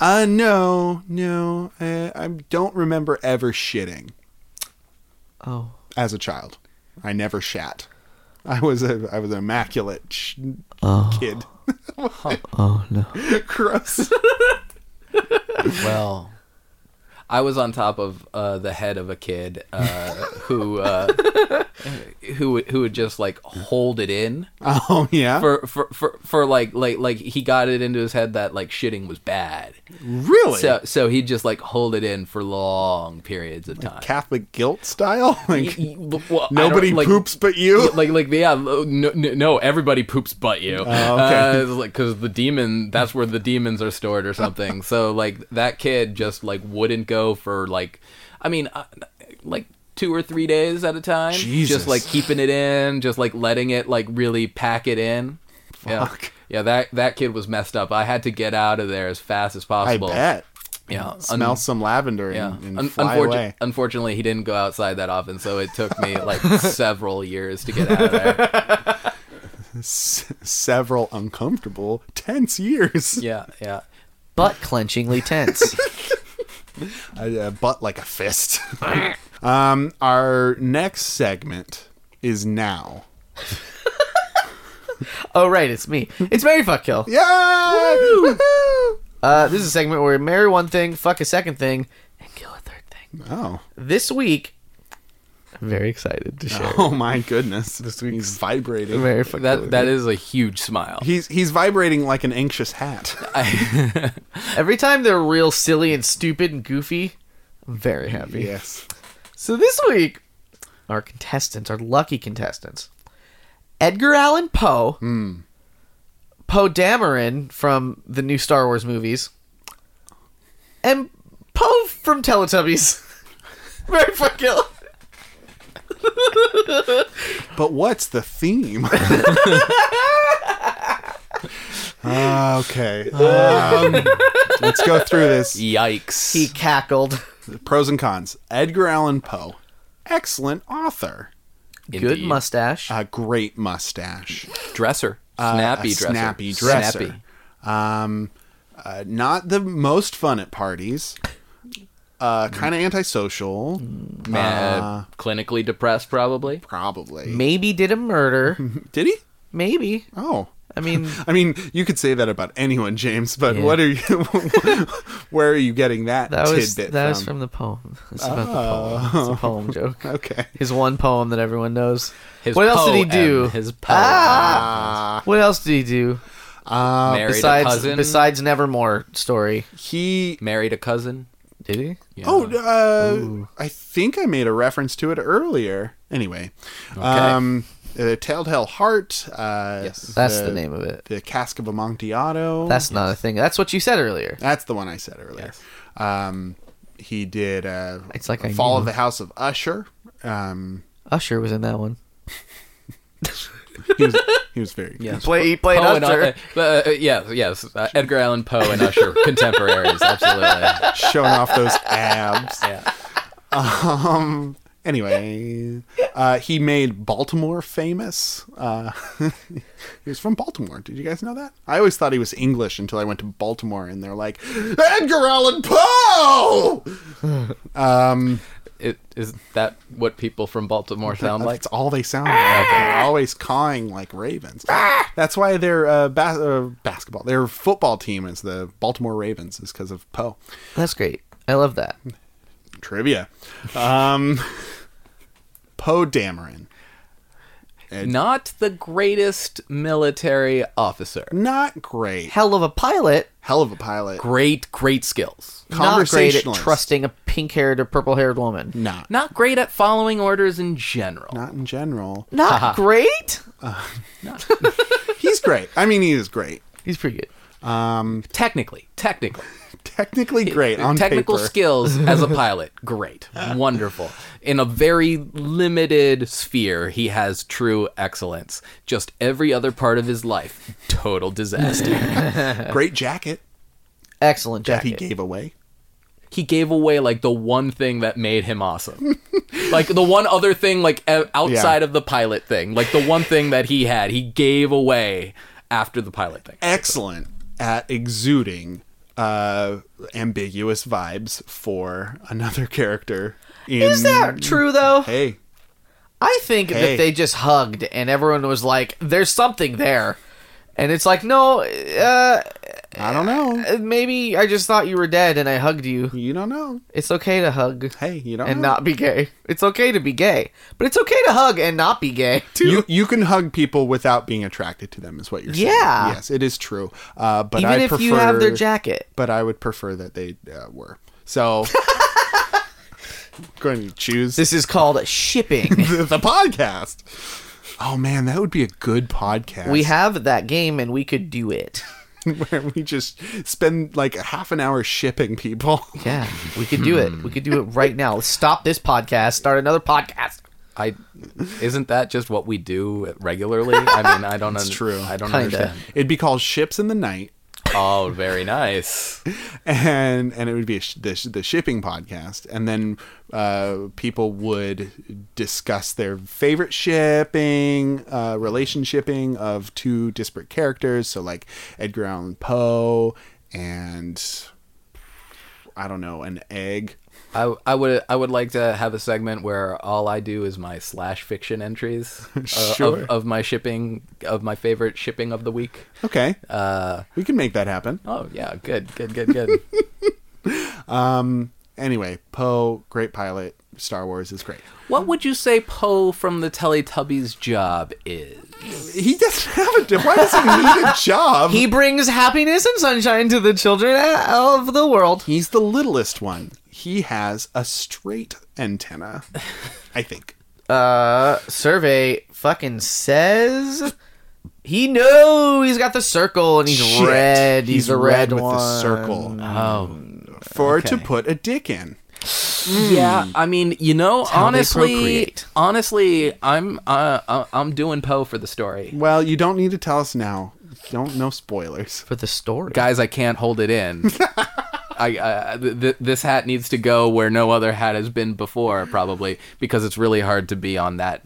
Speaker 1: Uh, no, no, uh, I don't remember ever shitting
Speaker 3: Oh.
Speaker 1: as a child. I never shat. I was a I was an immaculate sh- kid.
Speaker 3: Oh no.
Speaker 1: Gross.
Speaker 2: Well, I was on top of uh, the head of a kid uh, who uh, who would- who would just like hold it in
Speaker 1: Oh yeah.
Speaker 2: for, for, for, for like like like he got it into his head that like shitting was bad.
Speaker 1: really?
Speaker 2: So so he'd just like hold it in for long periods of time.
Speaker 1: Catholic guilt style?
Speaker 2: Y-
Speaker 1: Like
Speaker 2: y- well, I don't-
Speaker 1: nobody
Speaker 2: like-
Speaker 1: poops but you?
Speaker 2: like like yeah no, no, no everybody poops but you
Speaker 1: Oh, okay.
Speaker 2: Uh, it's like because the demon that's where the demons are stored or something so like that kid just like wouldn't go for like i mean uh, like two or three days at a time
Speaker 1: Jesus.
Speaker 2: just like keeping it in just like letting it like really pack it in
Speaker 1: Fuck.
Speaker 2: yeah yeah that that kid was messed up i had to get out of there as fast as
Speaker 1: I
Speaker 2: possible
Speaker 1: bet.
Speaker 2: yeah un-
Speaker 1: Smell some lavender and, and
Speaker 2: Un-
Speaker 1: fly
Speaker 2: unfortu-
Speaker 1: away.
Speaker 2: Unfortunately, he didn't go outside that often, so it took me like several years to get out of there.
Speaker 1: S- several uncomfortable, tense years.
Speaker 2: Yeah, yeah.
Speaker 3: Butt clenchingly tense.
Speaker 1: I, uh, butt like a fist. um, our next segment is now.
Speaker 3: oh right, it's me. It's Mary Fuck Kill.
Speaker 1: Yeah. Woohoo!
Speaker 3: Uh, this is a segment where we marry one thing, fuck a second thing, and kill a third thing.
Speaker 1: Oh.
Speaker 3: This week, I'm very excited to share.
Speaker 1: Oh my goodness. This He's vibrating.
Speaker 3: Marry fuck
Speaker 2: That
Speaker 3: kill.
Speaker 2: that is a huge smile.
Speaker 1: He's he's vibrating like an anxious hat.
Speaker 2: I-
Speaker 3: Every time they're real silly and stupid and goofy, I'm very happy.
Speaker 1: yes.
Speaker 3: So this week, our contestants, our lucky contestants, Edgar Allan Poe, Poe Dameron from the new Star Wars movies, and Poe from Teletubbies. Mary Fuck Kill.
Speaker 1: But what's the theme? Ah, okay. Um, let's go through this.
Speaker 2: yikes!
Speaker 3: He cackled.
Speaker 1: Pros and cons. Edgar Allan Poe, excellent author,
Speaker 3: Good
Speaker 2: Indeed.
Speaker 3: mustache.
Speaker 1: a great mustache,
Speaker 2: dresser,
Speaker 1: a
Speaker 2: snappy dresser,
Speaker 1: snappy dresser.
Speaker 2: Snappy.
Speaker 1: Um, Uh, not the most fun at parties. Uh, kind of antisocial,
Speaker 2: Uh, clinically depressed, probably.
Speaker 1: probably.
Speaker 3: Maybe did a murder.
Speaker 1: Did he?
Speaker 3: Maybe.
Speaker 1: Oh.
Speaker 3: I mean,
Speaker 1: I mean, you could say that about anyone, James, but
Speaker 3: Yeah.
Speaker 1: what are you where are you getting that,
Speaker 3: that was
Speaker 1: tidbit
Speaker 3: that
Speaker 1: from? Oh.
Speaker 3: was from the poem. It's about the poem. It's a poem joke.
Speaker 1: Okay.
Speaker 3: His one poem that everyone knows.
Speaker 2: His
Speaker 3: what else did he
Speaker 2: poem,
Speaker 3: do?
Speaker 2: His poem.
Speaker 1: Uh,
Speaker 3: What else did he do
Speaker 1: uh,
Speaker 2: married a
Speaker 3: besides
Speaker 2: cousin.
Speaker 3: besides Nevermore story?
Speaker 1: he
Speaker 2: married a cousin.
Speaker 3: Did he?
Speaker 2: Yeah.
Speaker 1: Oh, uh, I think I made a reference to it earlier. Anyway, um, the Telltale Heart. Uh,
Speaker 2: Yes.
Speaker 3: That's the, name of it.
Speaker 1: The Cask of Amontillado.
Speaker 3: That's not a thing. That's what you said earlier.
Speaker 1: that's the one I said earlier. Um, he did. Uh,
Speaker 3: It's like I
Speaker 1: Fall
Speaker 3: knew.
Speaker 1: of the House of Usher. Um,
Speaker 3: Usher was in that one.
Speaker 1: he was he was very
Speaker 2: Yeah.
Speaker 3: Play, he played
Speaker 2: and, uh, uh, uh, yes, yes. Uh, Edgar Allan Poe and Usher, contemporaries, absolutely.
Speaker 1: showing off those abs.
Speaker 2: Yeah.
Speaker 1: Um. Anyway, uh, he made Baltimore famous. Uh, he was from Baltimore. Did you guys know that? I always thought he was English until I went to Baltimore, and they're like Edgar Allan Poe. um,
Speaker 2: It, is that what people from Baltimore sound like?
Speaker 1: that's all they sound like. They're always cawing like ravens. That's why their uh, bas- uh, basketball, their football team is the Baltimore Ravens, is because of Poe.
Speaker 3: That's great. I love that.
Speaker 1: Trivia. Um, Poe Dameron.
Speaker 2: Not the greatest military officer.
Speaker 1: Not great.
Speaker 3: Hell of a pilot.
Speaker 1: Hell of a pilot.
Speaker 2: Great, great skills.
Speaker 3: Not great at
Speaker 1: Conversationalist. Mm.
Speaker 3: trusting a pink-haired or purple-haired woman.
Speaker 1: Not.
Speaker 2: Not great at following orders in general.
Speaker 1: Not in general.
Speaker 3: Not great.
Speaker 1: He's great. I mean, he is great.
Speaker 3: He's pretty good.
Speaker 2: Technically, technically.
Speaker 1: Technically great on
Speaker 2: Technical
Speaker 1: paper.
Speaker 2: skills as a pilot, great. Wonderful. In a very limited sphere, he has true excellence. Just every other part of his life, total disaster.
Speaker 1: Great jacket
Speaker 3: Excellent
Speaker 1: that he
Speaker 3: jacket.
Speaker 1: gave away.
Speaker 2: he gave away like the one thing that made him awesome. like the one other thing like o- outside of the pilot thing, like the one thing that he had, he gave away after the pilot thing.
Speaker 1: Excellent at exuding uh, ambiguous vibes for another character. In...
Speaker 3: Is that true though?
Speaker 1: Hey,
Speaker 3: I think
Speaker 1: Hey.
Speaker 3: that they just hugged and everyone was like, "There's something there," and it's like, "No, uh,
Speaker 1: I don't know.
Speaker 3: maybe I just thought you were dead and I hugged you."
Speaker 1: You don't know.
Speaker 3: It's okay to hug
Speaker 1: Hey, you don't
Speaker 3: and
Speaker 1: know.
Speaker 3: not be gay. It's okay to be gay, but it's okay to hug and not be gay too.
Speaker 1: You you can hug people without being attracted to them is what you're saying.
Speaker 3: Yeah.
Speaker 1: Yes, it is true. Uh, but
Speaker 3: Even
Speaker 1: I
Speaker 3: if
Speaker 1: prefer,
Speaker 3: you have their jacket.
Speaker 1: but I would prefer that they uh, were. So, going to choose
Speaker 3: This is called shipping.
Speaker 1: the, the podcast. Oh man, that would be a good podcast.
Speaker 3: we have that game and we could do it.
Speaker 1: where we just spend like a half an hour shipping people.
Speaker 3: Yeah, we could do
Speaker 1: Hmm.
Speaker 3: it. We could do it right now. Let's stop this podcast. Start another podcast.
Speaker 2: I isn't that just what we do regularly? I mean, I don't. That's
Speaker 1: true.
Speaker 2: I don't
Speaker 3: Kinda.
Speaker 2: understand.
Speaker 1: It'd be called Ships in the Night,
Speaker 2: Oh, very nice.
Speaker 1: and and it would be a sh- the, sh- the shipping podcast, and then uh, people would discuss their favorite shipping, uh, relationshiping of two disparate characters. So like Edgar Allan Poe and I don't know an egg.
Speaker 2: I, I would I would like to have a segment where all I do is my slash fiction entries uh,
Speaker 1: Sure.
Speaker 2: of, of my shipping of my favorite shipping of the week.
Speaker 1: Okay,
Speaker 2: Uh,
Speaker 1: we can make that happen.
Speaker 2: oh yeah, good, good, good, good.
Speaker 1: Anyway, Poe, great pilot. Star Wars is great.
Speaker 2: what would you say Poe from the Teletubbies job is?
Speaker 1: He doesn't have a. Why does he need a job?
Speaker 3: He brings happiness and sunshine to the children of the world.
Speaker 1: He's the littlest one. He has a straight antenna, I think.
Speaker 3: Uh, survey fucking says he knows he's got the circle and he's
Speaker 1: Shit.
Speaker 3: red. He's, the red,
Speaker 1: with
Speaker 3: one.
Speaker 1: the circle
Speaker 2: Oh
Speaker 1: for to put a dick in. Hmm.
Speaker 2: yeah, I mean you know
Speaker 3: how they
Speaker 2: honestly,
Speaker 3: procreate.
Speaker 2: honestly I'm uh, I- I'm doing Poe for the story.
Speaker 1: Well, you don't need to tell us now. Don't no spoilers.
Speaker 3: for the story.
Speaker 2: guys, I can't hold it in. I, I th- th- this hat needs to go where no other hat has been before, probably because it's really hard to be on that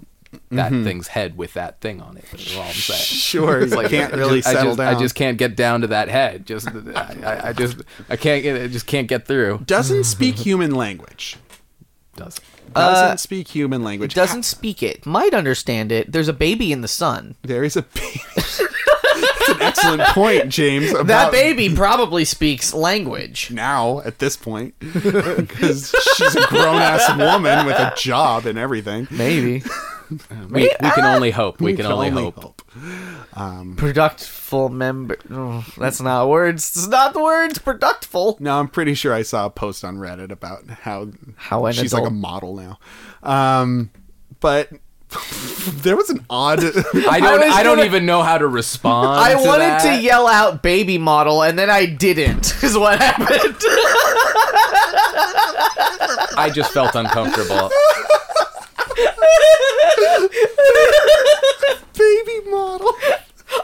Speaker 2: that
Speaker 1: Mm-hmm.
Speaker 2: thing's head with that thing on it. That's all I'm saying.
Speaker 1: Sure, you can't really
Speaker 2: I
Speaker 1: settle
Speaker 2: just,
Speaker 1: down.
Speaker 2: I just can't get down to that head. Just I, I, I just I can't get I just can't get through.
Speaker 1: doesn't speak human language.
Speaker 2: Doesn't.
Speaker 1: Doesn't speak human language.
Speaker 3: Doesn't speak Uh, it. Might understand it. There's a baby in the sun.
Speaker 1: There is a. baby. That's an excellent point, James. About
Speaker 3: That baby probably speaks language.
Speaker 1: now at this point because she's a grown ass woman with a job and everything.
Speaker 3: Maybe.
Speaker 2: We, we can only hope. We, can, only, hope.
Speaker 3: Productful member. oh, that's not words. It's not words. Productful.
Speaker 1: No, I'm pretty sure I saw a post on Reddit about how
Speaker 3: How an
Speaker 1: she's like a
Speaker 3: adult-
Speaker 1: model now. Um, but there was an odd.
Speaker 2: I don't.
Speaker 3: I was
Speaker 2: I, don't
Speaker 3: gonna-
Speaker 2: even know how to respond.
Speaker 3: I wanted
Speaker 2: that.
Speaker 3: to yell out baby model and then I didn't, is what happened.
Speaker 2: I just felt uncomfortable.
Speaker 1: baby model.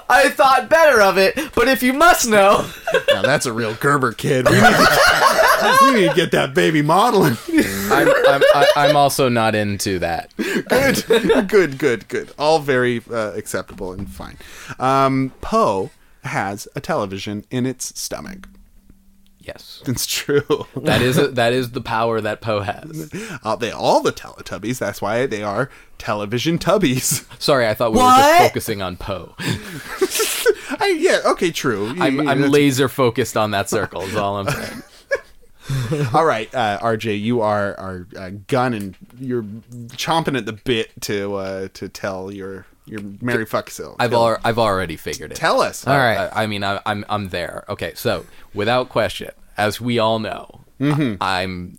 Speaker 3: I thought better of it, but if you must know,
Speaker 1: Now that's a real Gerber kid. We need to, we need to get that baby modeling.
Speaker 2: I'm, I'm, I- I'm also not into that.
Speaker 1: good, good, good, good. All very uh, acceptable and fine. Um, Poe has a television in its stomach.
Speaker 2: Yes,
Speaker 1: It's true.
Speaker 2: that is a, that is the power that Poe has.
Speaker 1: Uh, they all the Teletubbies. That's why they are television tubbies.
Speaker 2: Sorry, I thought we were
Speaker 3: What?
Speaker 2: just focusing on Poe.
Speaker 1: I, yeah. Okay. True. You-
Speaker 2: I'm,
Speaker 1: you-
Speaker 2: I'm
Speaker 1: that's-
Speaker 2: laser focused on that circle. Is all I'm saying.
Speaker 1: All right, uh, RJ. You are are uh, gun and you're chomping at the bit to uh, to tell your your Mary fuck Fucksil.
Speaker 2: I've al- I've already figured it.
Speaker 1: tell us.
Speaker 3: All right.
Speaker 2: I, I mean, I, I'm I'm there. Okay, so without question, as we all know,
Speaker 1: Mm-hmm.
Speaker 2: I, am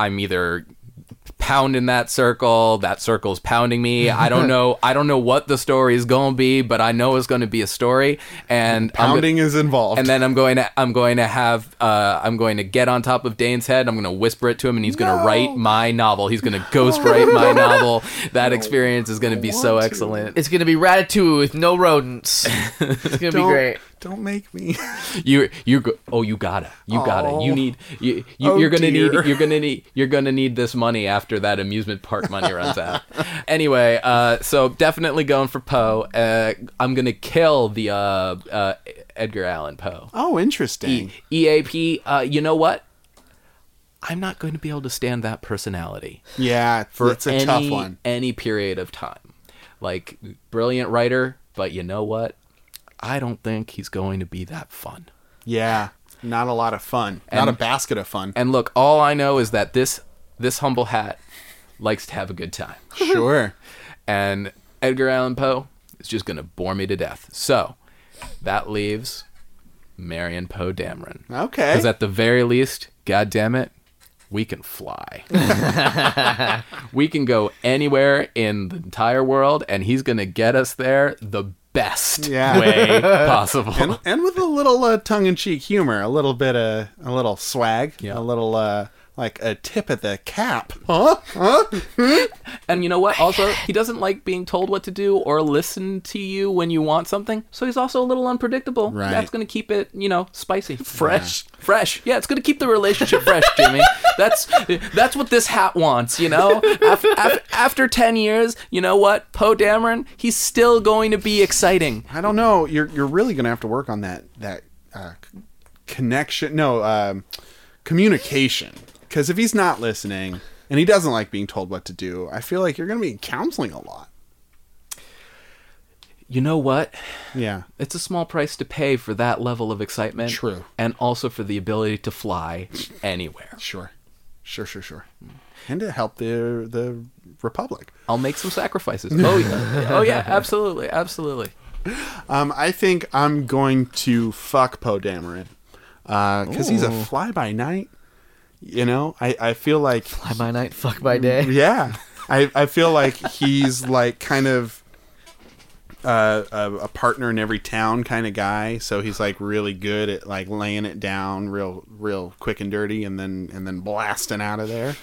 Speaker 2: I'm either pounding that circle, that circle's pounding me. I don't know. I don't know what the story is going to be, but I know it's going to be a story. And I'm go-
Speaker 1: Pounding is involved.
Speaker 2: and then I'm going to I'm going to have uh, I'm going to get on top of Dane's head. I'm going to whisper it to him, and he's going
Speaker 1: No.
Speaker 2: to write my novel. He's going to ghostwrite my novel. That experience is going to be so
Speaker 1: want to.
Speaker 2: excellent.
Speaker 3: it's going to be Ratatouille with no rodents. It's going to be
Speaker 1: don't,
Speaker 3: great.
Speaker 1: Don't make me.
Speaker 2: you you go, oh you gotta you gotta you
Speaker 1: Oh.
Speaker 2: need you, you
Speaker 1: Oh,
Speaker 2: you're gonna
Speaker 1: dear.
Speaker 2: need you're gonna need you're gonna need this money after that amusement park money runs out anyway uh so definitely going for poe uh i'm gonna kill the uh uh edgar allan poe
Speaker 1: oh, interesting.
Speaker 2: eap uh you know what i'm not going to be able to stand that personality
Speaker 1: Yeah,
Speaker 2: for
Speaker 1: it's a
Speaker 2: any,
Speaker 1: tough one.
Speaker 2: any period of time. Like brilliant writer, but you know what? I don't think he's going to be that fun.
Speaker 1: Yeah, not a lot of fun. not a basket of fun.
Speaker 2: And look, all I know is that this this humble hat likes to have a good time.
Speaker 1: sure.
Speaker 2: And Edgar Allan Poe is just going to bore me to death. So, that leaves Marion Poe Dameron.
Speaker 1: Okay.
Speaker 2: Because at the very least, God damn it, we can fly. we can go anywhere in the entire world, and he's going to get us there the best
Speaker 1: Yeah.
Speaker 2: way possible.
Speaker 1: and, and with a little uh, tongue-in-cheek humor, a little bit of a little swag,
Speaker 2: Yeah.
Speaker 1: a little uh, like a tip of the cap, huh? Huh?
Speaker 2: And you know what? Also, he doesn't like being told what to do or listen to you when you want something. So he's also a little unpredictable.
Speaker 1: Right.
Speaker 2: That's going to keep it, you know, spicy, fresh, fresh. Yeah, it's going to keep the relationship fresh, Jimmy. That's that's what this hat wants. You know, after, after ten years, you know what? Poe Dameron, he's still going to be exciting.
Speaker 1: I don't know. You're you're really gonna have to work on that that uh, c- connection. No, um, communication. Because if he's not listening and he doesn't like being told what to do, I feel like you're gonna be in counseling a lot.
Speaker 2: You know what?
Speaker 1: Yeah.
Speaker 2: It's a small price to pay for that level of excitement.
Speaker 1: True.
Speaker 2: And also for the ability to fly anywhere.
Speaker 1: Sure. Sure. Sure. Sure. Mm. And to help the the republic.
Speaker 2: I'll make some sacrifices. Oh yeah. Oh yeah, absolutely. Absolutely.
Speaker 1: Um, I think I'm going to fuck Poe Dameron because he's a fly by night. You know, I, I feel like
Speaker 3: Fly by night, fuck by day.
Speaker 1: yeah, I I feel like he's like kind of uh, a, a partner in every town kind of guy. So he's like really good at like laying it down real real quick and dirty, and then and then blasting out of there.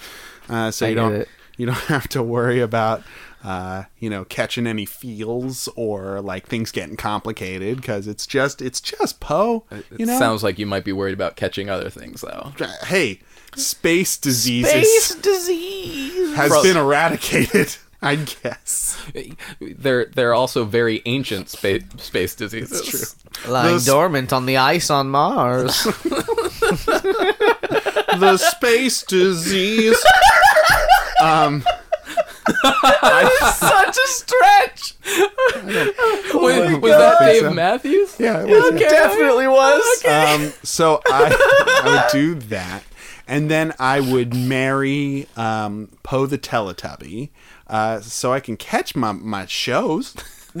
Speaker 1: Uh, so
Speaker 3: I
Speaker 1: you
Speaker 3: get
Speaker 1: don't
Speaker 3: it.
Speaker 1: you don't have to worry about uh, you know catching any feels or like things getting complicated because it's just it's just Poe. You know,
Speaker 2: Sounds like you might be worried about catching other things though.
Speaker 1: hey, space diseases
Speaker 3: Face disease.
Speaker 1: has
Speaker 2: Bro.
Speaker 1: been eradicated. I guess.
Speaker 2: They're they're also very ancient space space diseases.
Speaker 1: It's true.
Speaker 3: Lying
Speaker 1: Those-
Speaker 3: dormant on the ice on Mars.
Speaker 1: the space disease. um,
Speaker 3: Such a stretch.
Speaker 2: Was,
Speaker 1: Oh my
Speaker 2: was
Speaker 1: God.
Speaker 2: that
Speaker 1: I
Speaker 2: Dave
Speaker 1: think so.
Speaker 2: Matthews?
Speaker 1: yeah, it was,
Speaker 3: It definitely was.
Speaker 1: Um, so I, I would do that, and then I would marry um, Poe the Teletubby, uh, so I can catch my my shows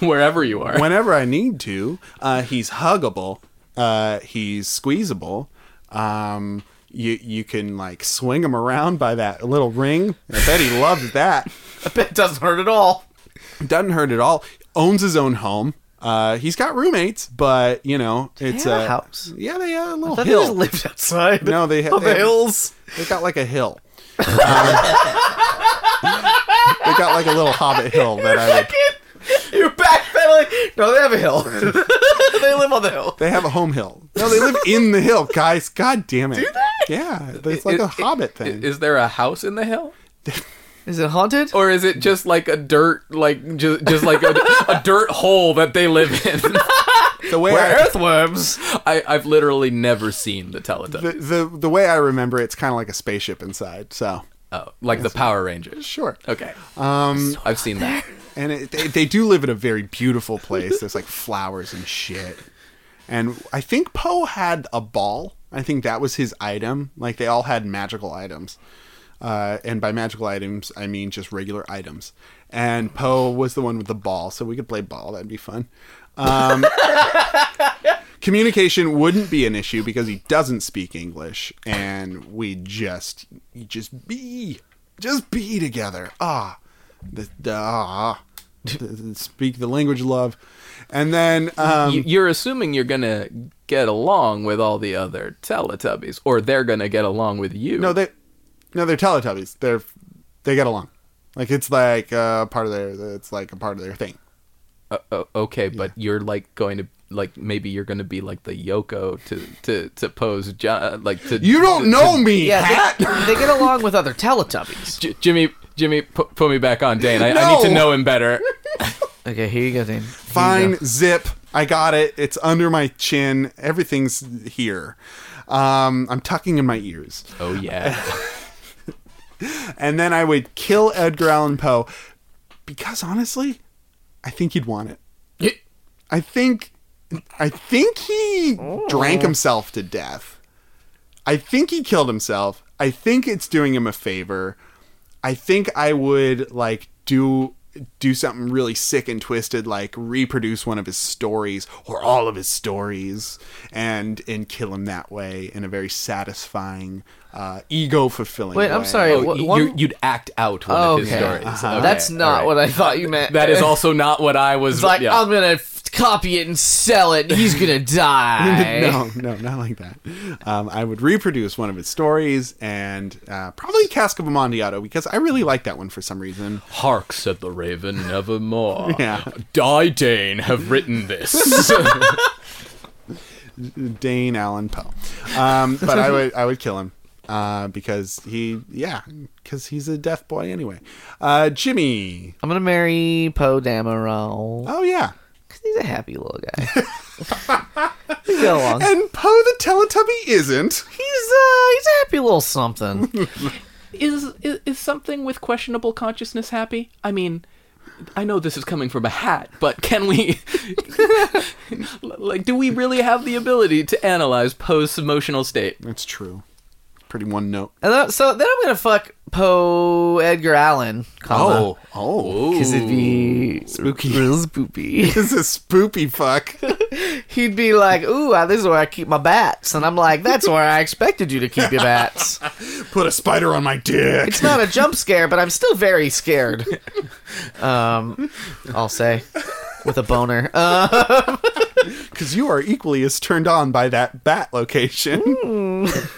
Speaker 2: Wherever you are.
Speaker 1: whenever I need to. Uh, he's huggable. Uh, he's squeezable. Um, you you can like swing him around by that little ring. I bet he loves that.
Speaker 3: It doesn't hurt at all.
Speaker 1: Doesn't hurt at all. Owns his own home. Uh, he's got roommates, but you know it's
Speaker 3: have
Speaker 1: a
Speaker 3: a house?
Speaker 1: Yeah, they have a little
Speaker 3: But
Speaker 1: hill.
Speaker 3: just lived outside.
Speaker 1: No, they ha-
Speaker 3: on the
Speaker 1: they-
Speaker 3: hills.
Speaker 1: They got like a hill. Um, they got like a little hobbit hill that I would.
Speaker 3: You're backpedaling. No, they have a hill. they live on the hill.
Speaker 1: They have a home hill. No, they live in the hill, guys. God damn it. Do they? Yeah, it's like
Speaker 2: It-
Speaker 1: a
Speaker 2: it-
Speaker 1: hobbit thing.
Speaker 2: Is there a house in the hill,
Speaker 3: Is it haunted?
Speaker 2: or is it just like a dirt, like just, just like a, a dirt hole that they live in?
Speaker 1: the way
Speaker 3: We're
Speaker 1: I,
Speaker 3: earthworms.
Speaker 2: I, I've literally never seen the Teletubbies.
Speaker 1: the, the the way I remember it, it's kind of like a spaceship inside. So
Speaker 2: oh, like the Power Rangers.
Speaker 1: sure.
Speaker 2: Okay. Um, I've seen that.
Speaker 1: And it, they, they do live in a very beautiful place. There's like flowers and shit. And I think Poe had a ball. I think that was his item. Like they all had magical items. Uh, and by magical items, I mean just regular items. And Poe was the one with the ball, so we could play ball. That'd be fun. Um, communication wouldn't be an issue because he doesn't speak English, and we just you just be just be together. Ah, the, the ah, The- the- speak the language, love, and then um,
Speaker 2: You- You're assuming you're gonna get along with all the other Teletubbies, or they're gonna get along with you.
Speaker 1: no, they no, they're Teletubbies. They're they get along. Like it's like uh, part of their it's like a part of their thing.
Speaker 2: Uh, uh, okay, but you're like going to like maybe you're going to be like the Yoko to to to pose John, like to
Speaker 1: You
Speaker 2: to-
Speaker 1: don't know me,
Speaker 3: Yeah,
Speaker 1: Pat.
Speaker 3: they, they get along with other Teletubbies.
Speaker 2: J- Jimmy Jimmy pu- put me back on Dane. I, I need
Speaker 1: No.
Speaker 2: to know him better.
Speaker 3: Okay, here you go, Dane. Here you
Speaker 1: Fine,
Speaker 3: go.
Speaker 1: zip. I got it. It's under my chin. Everything's here. Um, I'm tucking in my ears.
Speaker 2: Oh yeah.
Speaker 1: And then I would kill Edgar Allan Poe because honestly, I think he'd want it. I think I think he
Speaker 3: Oh.
Speaker 1: drank himself to death. I think he killed himself. I think it's doing him a favor. I think I would like do do something really sick and twisted like reproduce one of his stories or all of his stories and and kill him that way in a very satisfying uh ego fulfilling
Speaker 3: Wait, I'm sorry.
Speaker 2: Oh,
Speaker 3: Wha-
Speaker 2: you-
Speaker 3: one-
Speaker 2: you'd act out one
Speaker 3: Oh,
Speaker 2: of
Speaker 3: okay.
Speaker 2: his stories. Okay,
Speaker 3: That's not
Speaker 2: alright.
Speaker 3: what I thought you meant.
Speaker 2: That is also not what I was.
Speaker 3: It's like um,
Speaker 2: yeah.
Speaker 3: I'm gonna f- copy it and sell it. And he's gonna die.
Speaker 1: no, no, not like that. Um, I would reproduce one of his stories and uh, probably Cask of Amontillado because I really like that one for some reason.
Speaker 2: Hark, said the Raven, nevermore.
Speaker 1: Yeah.
Speaker 2: Die, Dane, have written this.
Speaker 1: Dane Allen Poe, um, but I would I would kill him uh, because he yeah because he's a deaf boy anyway. Uh, Jimmy,
Speaker 3: I'm gonna marry Poe Dameron
Speaker 1: oh yeah,
Speaker 3: because he's a happy little guy. we get along.
Speaker 1: and Poe the Teletubby isn't.
Speaker 3: He's uh, he's a happy little something.
Speaker 2: is, is is something with questionable consciousness happy? I mean, I know this is coming from a hat, but can we like do we really have the ability to analyze Poe's emotional state?
Speaker 1: That's true. Pretty one note.
Speaker 3: And that, so then I'm gonna fuck Poe Edgar Allan, comma,
Speaker 1: oh.
Speaker 3: because it'd be spooky, real spooky.
Speaker 1: This is spoopy fuck.
Speaker 3: He'd be like, "Ooh, uh, this is where I keep my bats," and I'm like, "That's where I expected you to keep your bats."
Speaker 1: Put a spider on my dick.
Speaker 3: It's not a jump scare, but I'm still very scared. Um, I'll say with a boner. Uh,
Speaker 1: Because you are equally as turned on by that bat location.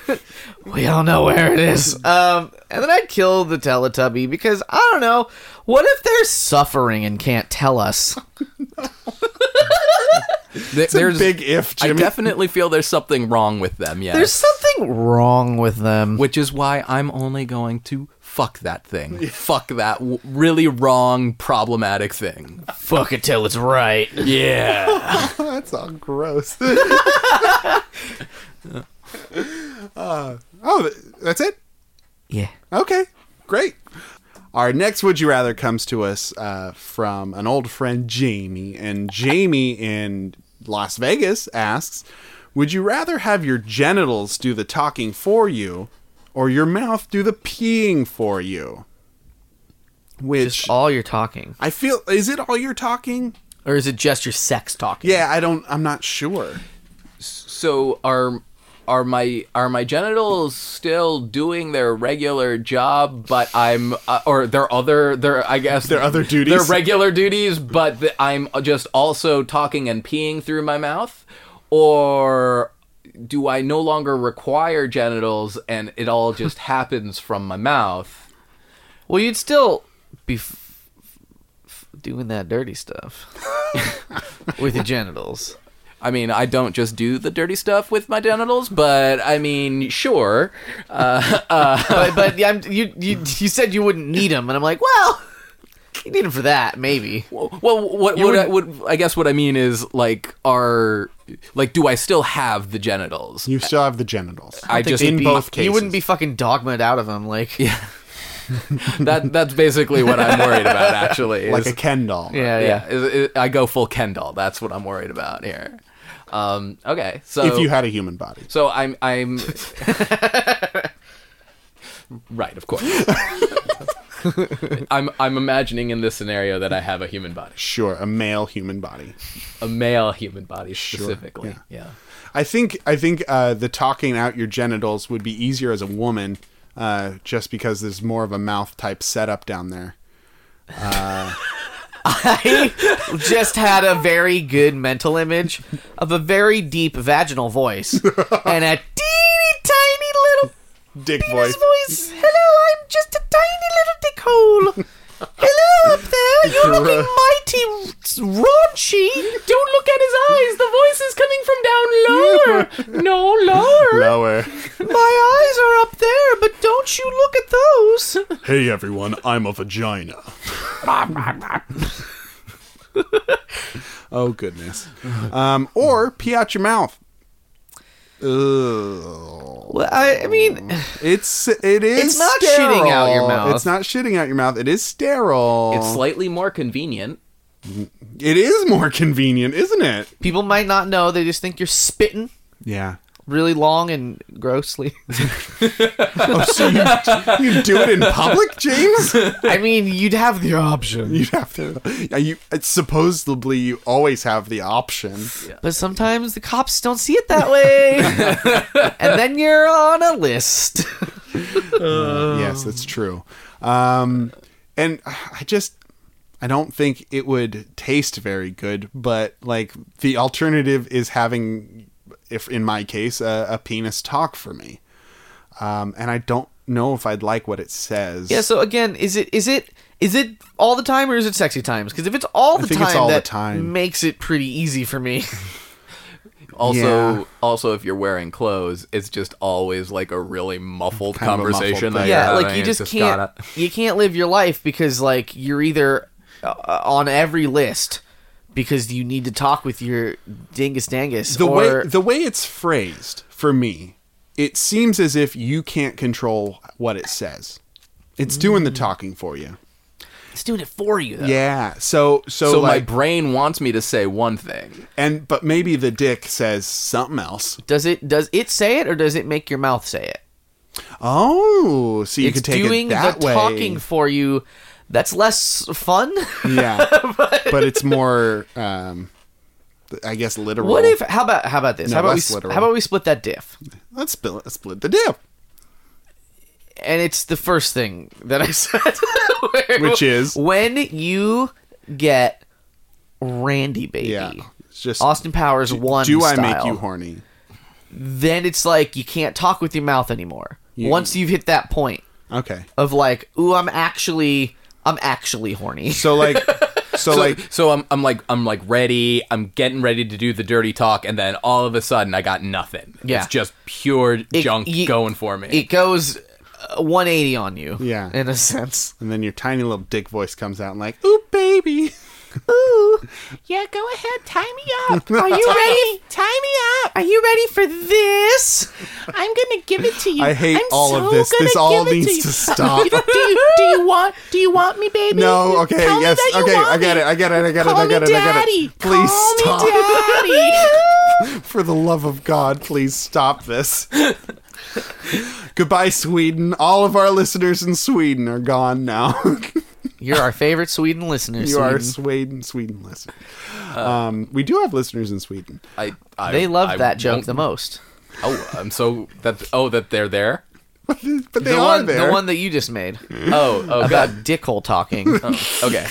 Speaker 3: we all know where it is. Um, and then I'd kill the Teletubby because I don't know. What if they're suffering and can't tell us?
Speaker 1: There's big if,
Speaker 2: I
Speaker 1: Jimmy.
Speaker 2: definitely feel there's something wrong with them. Yeah,
Speaker 3: There's something wrong with them.
Speaker 2: which is why I'm only going to fuck that thing. Fuck that w- really wrong, problematic thing.
Speaker 3: Fuck it till it's right.
Speaker 2: Yeah.
Speaker 1: That's all gross. uh, oh, th- that's it?
Speaker 3: Yeah.
Speaker 1: Okay, great. Our next Would You Rather comes to us uh, from an old friend, Jamie. And Jamie in Las Vegas asks Would you rather have your genitals do the talking for you or your mouth do the peeing for you? Which
Speaker 3: Just all your talking.
Speaker 1: I feel is it all you're talking?
Speaker 3: Or is it just your sex talking?
Speaker 1: Yeah, I don't, I'm not sure.
Speaker 2: so are are my are my genitals still doing their regular job but i'm uh, or their other their i guess
Speaker 1: Their other duties?
Speaker 2: their regular duties but th- i'm just also talking and peeing through my mouth or do i no longer require genitals and it all just happens from my mouth
Speaker 3: Well, you'd still be f- f- doing that dirty stuff with your genitals.
Speaker 2: I mean, I don't just do the dirty stuff with my genitals, but I mean, sure. Uh,
Speaker 3: But but yeah, I'm, you you you said you wouldn't need them, and I'm like, well, you need them for that, maybe.
Speaker 2: Well, what
Speaker 3: You
Speaker 2: what I, would I guess what I mean is like are like do I still have the genitals?
Speaker 1: You still have the genitals.
Speaker 2: I
Speaker 3: think
Speaker 2: just
Speaker 3: you'd
Speaker 1: in
Speaker 3: be-
Speaker 1: both cases.
Speaker 3: You wouldn't be fucking dogmaed out of them, like yeah,
Speaker 2: that that's basically what I'm worried about. Actually,
Speaker 1: like a
Speaker 2: is-
Speaker 1: Ken doll.
Speaker 3: yeah,
Speaker 2: yeah, is- is- I go full Kendall. That's what I'm worried about here. Um, okay, so
Speaker 1: If you had a human body.
Speaker 2: so I'm I'm right, of course. I'm I'm imagining in this scenario that I have a human body,
Speaker 1: Sure, a male human body.
Speaker 2: a male human body specifically. yeah.
Speaker 1: I think I think uh, the talking out your genitals would be easier as a woman, uh, just because there's more of a mouth type setup down there.
Speaker 3: I just had a very good mental image of a very deep vaginal voice and a teeny tiny little
Speaker 1: Dick
Speaker 3: penis
Speaker 1: voice.
Speaker 3: voice. Hello, I'm just a tiny little dick hole. Hello up there. You're looking mighty raunchy.
Speaker 2: Don't look at his eyes. The voice is coming from down lower. No,
Speaker 1: Lower.
Speaker 2: lower.
Speaker 3: My eyes are up there, but don't you look at those.
Speaker 1: Hey everyone, I'm a vagina. oh goodness. Um, or pee out your mouth. Ugh.
Speaker 3: Well, I, I mean,
Speaker 1: It's it is
Speaker 3: It's not shitting out your
Speaker 1: sterile.
Speaker 3: mouth.
Speaker 1: It's not shitting out your mouth. It is sterile.
Speaker 2: It's slightly more convenient.
Speaker 1: It is more convenient, isn't it?
Speaker 3: people might not know. They just think you're spitting
Speaker 1: Yeah.
Speaker 3: really long and grossly.
Speaker 1: Oh, so you, you do it in public, James?
Speaker 3: I mean, you'd have the option.
Speaker 1: You'd have to. Yeah, you it's supposedly you always have the option.
Speaker 3: But sometimes the cops don't see it that way. and then you're on a list.
Speaker 1: yes, that's true. Um, and I just, I don't think it would taste very good. But like the alternative is having, if in my case, a, a penis talk for me, um, and I don't know if I'd like what it says.
Speaker 3: Yeah, so again, is it is it is it all the time or is it sexy times? Because if it's all the
Speaker 1: think
Speaker 3: time
Speaker 1: it's all the
Speaker 3: that
Speaker 1: time.
Speaker 3: makes it pretty easy for me.
Speaker 2: Also,
Speaker 1: Yeah.
Speaker 2: also if you're wearing clothes, it's just always like a really muffled
Speaker 1: Kind of a muffled
Speaker 2: conversation. that
Speaker 1: thing.
Speaker 2: you're
Speaker 3: yeah, like
Speaker 2: having.
Speaker 3: you
Speaker 2: It's
Speaker 3: just, can't
Speaker 2: gotta-
Speaker 3: you can't live your life because like you're either uh, on every list because you need to talk with your dingus dangus
Speaker 1: the
Speaker 3: or
Speaker 1: way the way it's phrased for me, it seems as if you can't control what it says. It's doing the talking for you.
Speaker 3: it's doing it for you though.
Speaker 1: Yeah. So so,
Speaker 2: So
Speaker 1: like
Speaker 2: my brain wants me to say one thing.
Speaker 1: and but maybe the dick says something else.
Speaker 3: Does it does it say it or does it make your mouth say it?
Speaker 1: Oh, so you
Speaker 3: it's
Speaker 1: could take
Speaker 3: doing
Speaker 1: it that
Speaker 3: the
Speaker 1: way.
Speaker 3: talking for you. That's less fun.
Speaker 1: yeah, but, it's more, um, th- I guess, literal.
Speaker 3: what if? How about how about this?
Speaker 1: No,
Speaker 3: how about we?
Speaker 1: less
Speaker 3: sp-
Speaker 1: literal.
Speaker 3: How about we split that diff?
Speaker 1: let's split, split the dip,
Speaker 3: And it's the first thing that I said, where-
Speaker 1: which is
Speaker 3: when you get Randy baby,
Speaker 1: yeah, it's just
Speaker 3: Austin Powers one.
Speaker 1: do I
Speaker 3: style,
Speaker 1: make you horny?
Speaker 3: Then it's like you can't talk with your mouth anymore.
Speaker 1: You-
Speaker 3: Once you've hit that point
Speaker 1: Okay,
Speaker 3: of like, ooh, I'm actually, I'm actually horny.
Speaker 1: so like, so,
Speaker 2: So,
Speaker 1: like,
Speaker 2: so I'm, I'm like, I'm like ready. I'm getting ready to do the dirty talk, and then all of a sudden, I got nothing.
Speaker 3: Yeah.
Speaker 2: It's just pure junk
Speaker 3: ye-
Speaker 2: going for me.
Speaker 3: It goes a 180 on you.
Speaker 1: Yeah.
Speaker 3: In a sense.
Speaker 1: And then your tiny little dick voice comes out and like, "Ooh, baby."
Speaker 3: Ooh. Yeah, go ahead. Tie me up. Are you ready? Tie me up. Are you ready for this? I'm going to give it to you.
Speaker 1: I hate all of this. This all needs to stop.
Speaker 3: do, you, do you want do you want me, baby?
Speaker 1: no, okay,
Speaker 3: Tell me
Speaker 1: yes,
Speaker 3: that you
Speaker 1: okay,
Speaker 3: want
Speaker 1: I get
Speaker 3: me.
Speaker 1: it, I get it, I get
Speaker 3: Call
Speaker 1: it, I
Speaker 3: me
Speaker 1: get it, I get
Speaker 3: daddy.
Speaker 1: it. Please
Speaker 3: Call me
Speaker 1: stop.
Speaker 3: daddy.
Speaker 1: For the love of God, please stop this. Goodbye, Sweden. All of our listeners in Sweden are gone now.
Speaker 3: You're our favorite Sweden listener.
Speaker 1: you
Speaker 3: Sweden. Uh,
Speaker 1: are Sweden, Sweden listener. um, we do have listeners in Sweden.
Speaker 2: I, I
Speaker 3: They loved
Speaker 2: I
Speaker 3: that joke
Speaker 2: won't-
Speaker 3: the most.
Speaker 2: Oh, I'm so that. Oh, that they're there.
Speaker 1: But they but they
Speaker 3: the
Speaker 1: are
Speaker 3: one,
Speaker 1: there.
Speaker 3: the one that you just made
Speaker 2: Oh, oh
Speaker 3: about
Speaker 2: God. Oh,
Speaker 3: dickhole talking.
Speaker 2: Okay.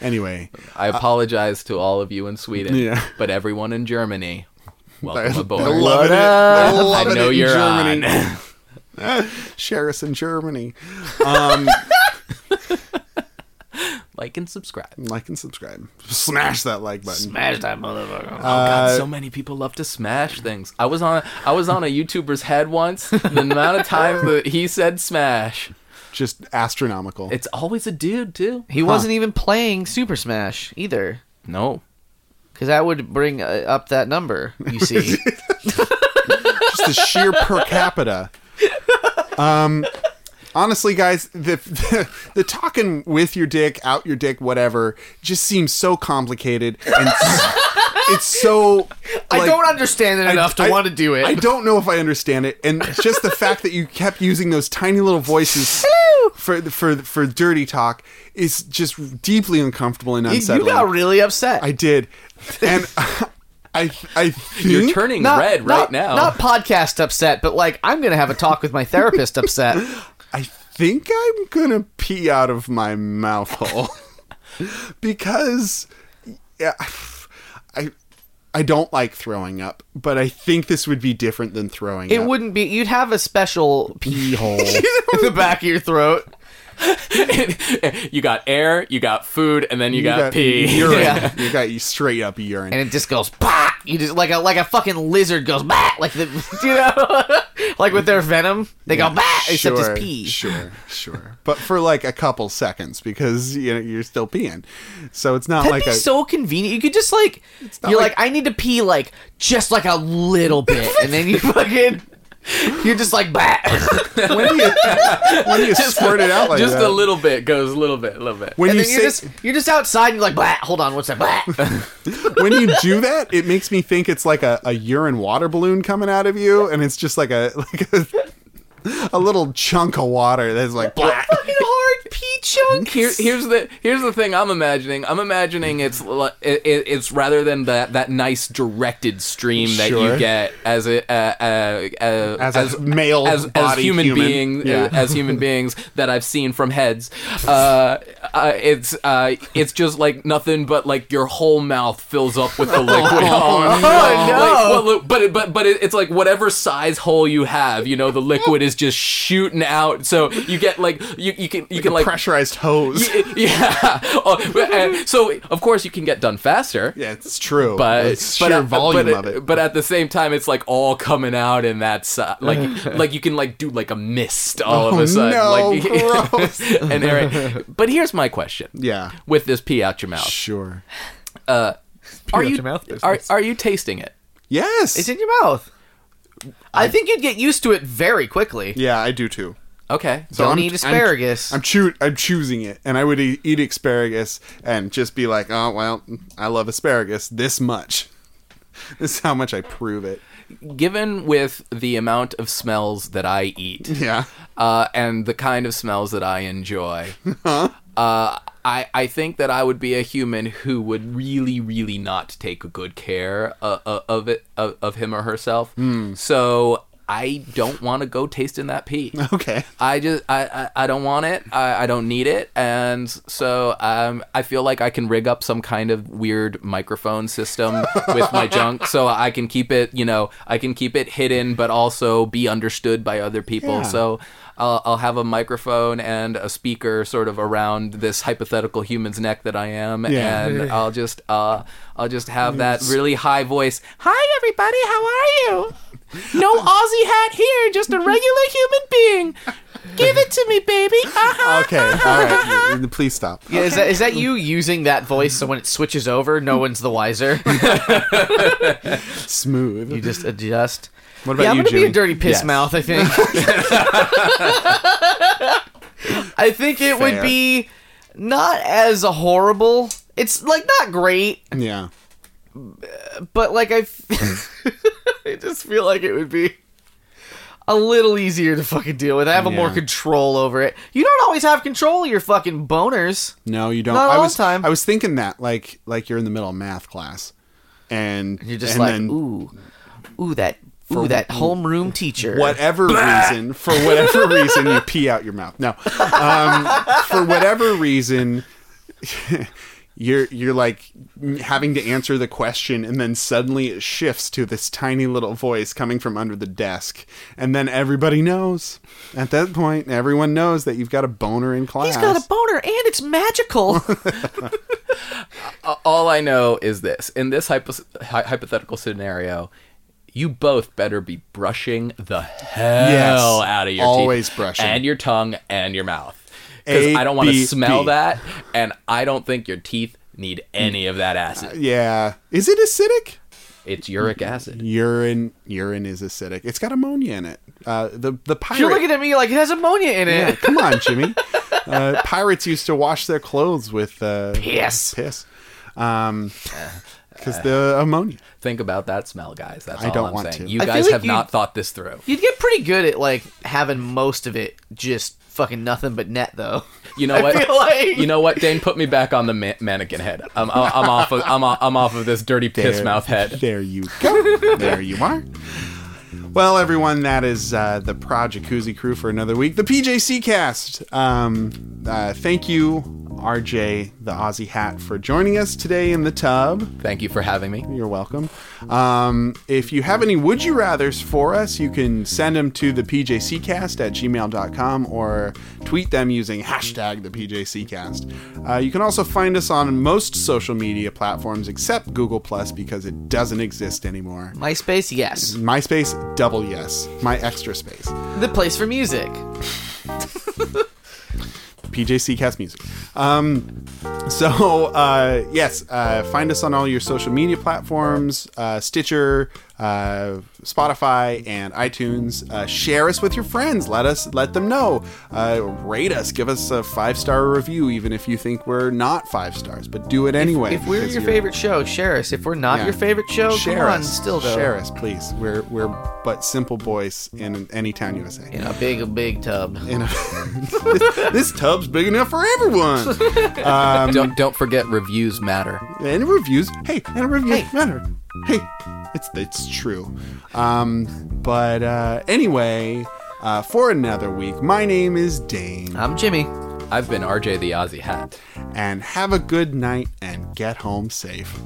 Speaker 1: Anyway,
Speaker 2: I apologize to all of you in Sweden,
Speaker 1: Uh, Yeah.
Speaker 2: but everyone in Germany,
Speaker 1: they're,
Speaker 3: Oh,
Speaker 2: welcome
Speaker 1: they're
Speaker 2: aboard.
Speaker 1: loving it.
Speaker 3: up?
Speaker 1: They're loving
Speaker 2: I know
Speaker 1: it
Speaker 2: you're
Speaker 1: in Germany. Share us in Germany.
Speaker 2: like and subscribe.
Speaker 1: Like and subscribe. Smash that like button.
Speaker 3: Smash that motherfucker.
Speaker 1: Uh,
Speaker 2: Oh God, so many people love to smash things. I was on I was on a YouTuber's head once. The amount of times that he said smash.
Speaker 1: Just astronomical.
Speaker 2: It's always a dude too.
Speaker 3: he wasn't even playing Super Smash either,
Speaker 2: No.
Speaker 3: because that would bring uh, up that number. You see,
Speaker 1: just the sheer per capita. Um, honestly, guys, the, the the talking with your dick, out your dick, whatever, just seems so complicated and s- it's so.
Speaker 3: I
Speaker 1: like,
Speaker 3: don't understand it enough to
Speaker 1: I-
Speaker 3: want to do it.
Speaker 1: I don't know if I understand it, and just the fact that you kept using those tiny little voices for for for dirty talk is just deeply uncomfortable and
Speaker 3: You- you
Speaker 1: unsettling.
Speaker 3: got really upset.
Speaker 1: I did, and I I think
Speaker 2: You're turning
Speaker 3: Not-
Speaker 2: red
Speaker 3: not-
Speaker 2: right now.
Speaker 3: Not podcast upset, but like I'm gonna have a talk with my therapist upset.
Speaker 1: I think I'm gonna pee out of my mouth hole because yeah, I I don't like throwing up, but I think this would be different than throwing
Speaker 3: It
Speaker 1: up.
Speaker 3: wouldn't be. You'd have a special pee hole in the back of your throat.
Speaker 2: you got air, you got food, and then you,
Speaker 1: You
Speaker 2: got, pee.
Speaker 1: urine.
Speaker 3: Yeah.
Speaker 1: You got you straight up urine.
Speaker 3: and it just goes bah! You just like a like a fucking lizard goes bah! like the you know like with their venom they go bah! except
Speaker 1: Sure,
Speaker 3: it's pee.
Speaker 1: Sure, sure. But for like a couple seconds because you know you're still peeing, so it's not
Speaker 3: That'd
Speaker 1: like
Speaker 3: be
Speaker 1: a,
Speaker 3: so convenient. You could just like
Speaker 1: not
Speaker 3: you're like,
Speaker 1: like-
Speaker 3: I need to pee like just like a little bit, and then you fucking you're just like bah!
Speaker 1: when do you when do you squirt it out like
Speaker 2: Just
Speaker 1: that?
Speaker 2: a little bit goes a little bit, a little bit.
Speaker 1: When
Speaker 3: And
Speaker 1: you
Speaker 3: then you're
Speaker 1: say
Speaker 3: just you're just outside and you're like bah! Hold on, what's that bah?
Speaker 1: when you do that, it makes me think it's like a, a urine water balloon coming out of you, and it's just like a like a, a little chunk of water that's like black.
Speaker 3: fucking hard pee chunk.
Speaker 2: Here, here's the here's the thing I'm imagining. I'm imagining it's li- it, it- it's rather than that that nice directed stream that
Speaker 1: Sure.
Speaker 2: you get as a uh, uh, uh,
Speaker 1: As a male
Speaker 2: as, as
Speaker 1: body
Speaker 2: human,
Speaker 1: human.
Speaker 2: beings
Speaker 1: Yeah.
Speaker 2: as human beings that I've seen from heads. Uh, uh, it's uh, it's just like nothing but like your whole mouth fills up with the liquid.
Speaker 1: Oh,
Speaker 2: Like,
Speaker 3: no.
Speaker 2: well, look, but but but it, it's like whatever size hole you have, you know, the liquid is just shooting out. So you get like you, you can you can like
Speaker 1: pressurized hose.
Speaker 2: Y- yeah. Oh, but, uh, so of course you can get done faster.
Speaker 1: Yeah, it's true.
Speaker 2: But
Speaker 1: it's
Speaker 2: but
Speaker 1: sheer
Speaker 2: at-
Speaker 1: volume
Speaker 2: but,
Speaker 1: of it.
Speaker 2: But at the same time, it's like all coming out in that si- like like you can like do like a mist all of
Speaker 1: Oh,
Speaker 2: a sudden.
Speaker 1: no,
Speaker 2: like,
Speaker 1: gross.
Speaker 2: and there- but here's my question.
Speaker 1: yeah,
Speaker 2: With this pee out your mouth,
Speaker 1: sure.
Speaker 2: are
Speaker 3: out
Speaker 2: you
Speaker 3: your mouth business.
Speaker 2: are are you tasting it?
Speaker 1: Yes.
Speaker 3: It's in your mouth. I think you'd get used to it very quickly.
Speaker 1: yeah, I do too.
Speaker 2: Okay.
Speaker 1: So
Speaker 3: Don't
Speaker 1: I'm-
Speaker 3: eat asparagus.
Speaker 1: I'm choo- I'm choosing it, and I would e- eat asparagus and just be like, oh well, I love asparagus this much. This is how much I prove it.
Speaker 2: Given with the amount of smells that I eat,
Speaker 1: Yeah.
Speaker 2: uh, and the kind of smells that I enjoy. Uh, I, I think that I would be a human who would really, really not take good care uh, uh, of it of, of him or herself. So I don't want to go tasting that pee.
Speaker 1: Okay.
Speaker 2: I just I, I, I don't want it. I, I don't need it, and so um, I feel like I can rig up some kind of weird microphone system with my junk, so I can keep it. You know, I can keep it hidden, but also be understood by other people.
Speaker 1: Yeah.
Speaker 2: So. I'll I'll have a microphone and a speaker sort of around this hypothetical human's neck that I am,
Speaker 1: Yeah.
Speaker 2: and I'll just uh, I'll just have that really high voice. Hi, everybody, how are you? No Aussie hat here, just a regular human being. Give it to me, baby. Uh-huh.
Speaker 1: Okay, all right. Please stop.
Speaker 3: Yeah, is that is that you using that voice so when it switches over, no one's the wiser?
Speaker 1: Smooth.
Speaker 3: you just adjust.
Speaker 1: what about
Speaker 3: yeah, I'm
Speaker 1: you,
Speaker 3: gonna
Speaker 1: Jimmy?
Speaker 3: be a dirty piss
Speaker 2: Yes.
Speaker 3: mouth. I think. I think it would
Speaker 1: Fair.
Speaker 3: be not as horrible. It's like not great,
Speaker 1: yeah.
Speaker 3: but like I, f- I just feel like it would be a little easier to fucking deal with. I have a more
Speaker 1: Yeah.
Speaker 3: control over it. You don't always have control of your fucking boners.
Speaker 1: No, you don't.
Speaker 3: Not
Speaker 1: I
Speaker 3: all
Speaker 1: was,
Speaker 3: the time.
Speaker 1: I was thinking that, like, like you're in the middle of math class, and
Speaker 3: You're just
Speaker 1: and
Speaker 3: like,
Speaker 1: then
Speaker 3: ooh, ooh that, ooh that homeroom teacher.
Speaker 1: whatever reason, for whatever reason, you pee out your mouth. No, um, for whatever reason, you're you're like having to answer the question, and then suddenly it shifts to this tiny little voice coming from under the desk, and then everybody knows. At that point, everyone knows that you've got a boner in class.
Speaker 3: He's got a boner and it's magical.
Speaker 2: All I know is this: in this hypo- hy- hypothetical scenario, you both better be brushing the hell out of your
Speaker 1: always
Speaker 2: teeth,
Speaker 1: brushing.
Speaker 2: and your tongue and your mouth, because
Speaker 1: A,
Speaker 2: I don't want
Speaker 1: B,
Speaker 2: to smell
Speaker 1: B.
Speaker 2: that, and I don't think your teeth need any of that acid.
Speaker 1: yeah, is it acidic?
Speaker 2: It's uric acid.
Speaker 1: urine urine is acidic. It's got ammonia in it. Uh, the the pirate.
Speaker 3: You're looking at me like it has ammonia in
Speaker 1: yeah,
Speaker 3: it.
Speaker 1: come on, Jimmy. Uh, pirates used to wash their clothes with uh,
Speaker 3: Piss.
Speaker 1: Piss. because the ammonia.
Speaker 2: Think about that smell, guys. That's
Speaker 1: I
Speaker 2: all
Speaker 1: don't
Speaker 2: I'm
Speaker 1: want
Speaker 2: saying.
Speaker 1: to.
Speaker 2: You
Speaker 3: I feel
Speaker 2: guys
Speaker 3: like
Speaker 2: have
Speaker 3: you-
Speaker 2: not thought this through.
Speaker 3: You'd get pretty good at like having most of it just fucking nothing but net though.
Speaker 2: You know what?
Speaker 3: feel like-
Speaker 2: You know what, Dane? Put me back on the ma- mannequin head. I'm, I'm, I'm off. Of, I'm, off- I'm off of this dirty piss mouth head.
Speaker 1: There you go. there you are. Well, everyone, that is uh, the Pro Jacuzzi crew for another week. The PJC cast. Um, uh, thank you, RJ, the Aussie hat, for joining us today in the tub.
Speaker 2: Thank you for having me.
Speaker 1: You're welcome. Um, if you have any would you rathers for us, you can send them to the PJCcast at gmail.com or tweet them using hashtag the PJCcast. Uh, you can also find us on most social media platforms except Google Plus because it doesn't exist anymore.
Speaker 3: MySpace, yes.
Speaker 1: MySpace, double yes. My extra space.
Speaker 3: The place for music.
Speaker 1: PJC Cast Music. Um, so, uh, yes, uh, find us on all your social media platforms uh, Stitcher, uh, Spotify, and iTunes. Uh, share us with your friends. Let us let them know. Uh, rate us. Give us a five star review, even if you think we're not five stars, but do it anyway.
Speaker 3: If we're
Speaker 1: because
Speaker 3: your
Speaker 1: you're-
Speaker 3: favorite show, share us. If we're not
Speaker 1: Yeah.
Speaker 3: your favorite show,
Speaker 1: share
Speaker 3: come on,
Speaker 1: us.
Speaker 3: still though.
Speaker 1: Share us, please. We're, we're but simple boys in any town USA.
Speaker 3: In a big, big tub.
Speaker 1: In a- this, this tub's big enough for everyone.
Speaker 2: don't don't forget reviews matter.
Speaker 1: and reviews. Hey, and reviews
Speaker 3: Hey.
Speaker 1: matter. Hey, it's it's true. Um, but uh, anyway, uh, for another week, my name is Dane,
Speaker 3: I'm Jimmy.
Speaker 2: I've been RJ the Aussie Hat.
Speaker 1: and have a good night and get home safe.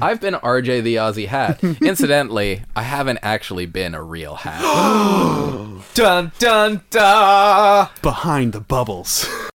Speaker 2: I've been RJ the Aussie Hat. Incidentally, I haven't actually been a real hat.
Speaker 3: Dun dun dun.
Speaker 1: Behind the bubbles.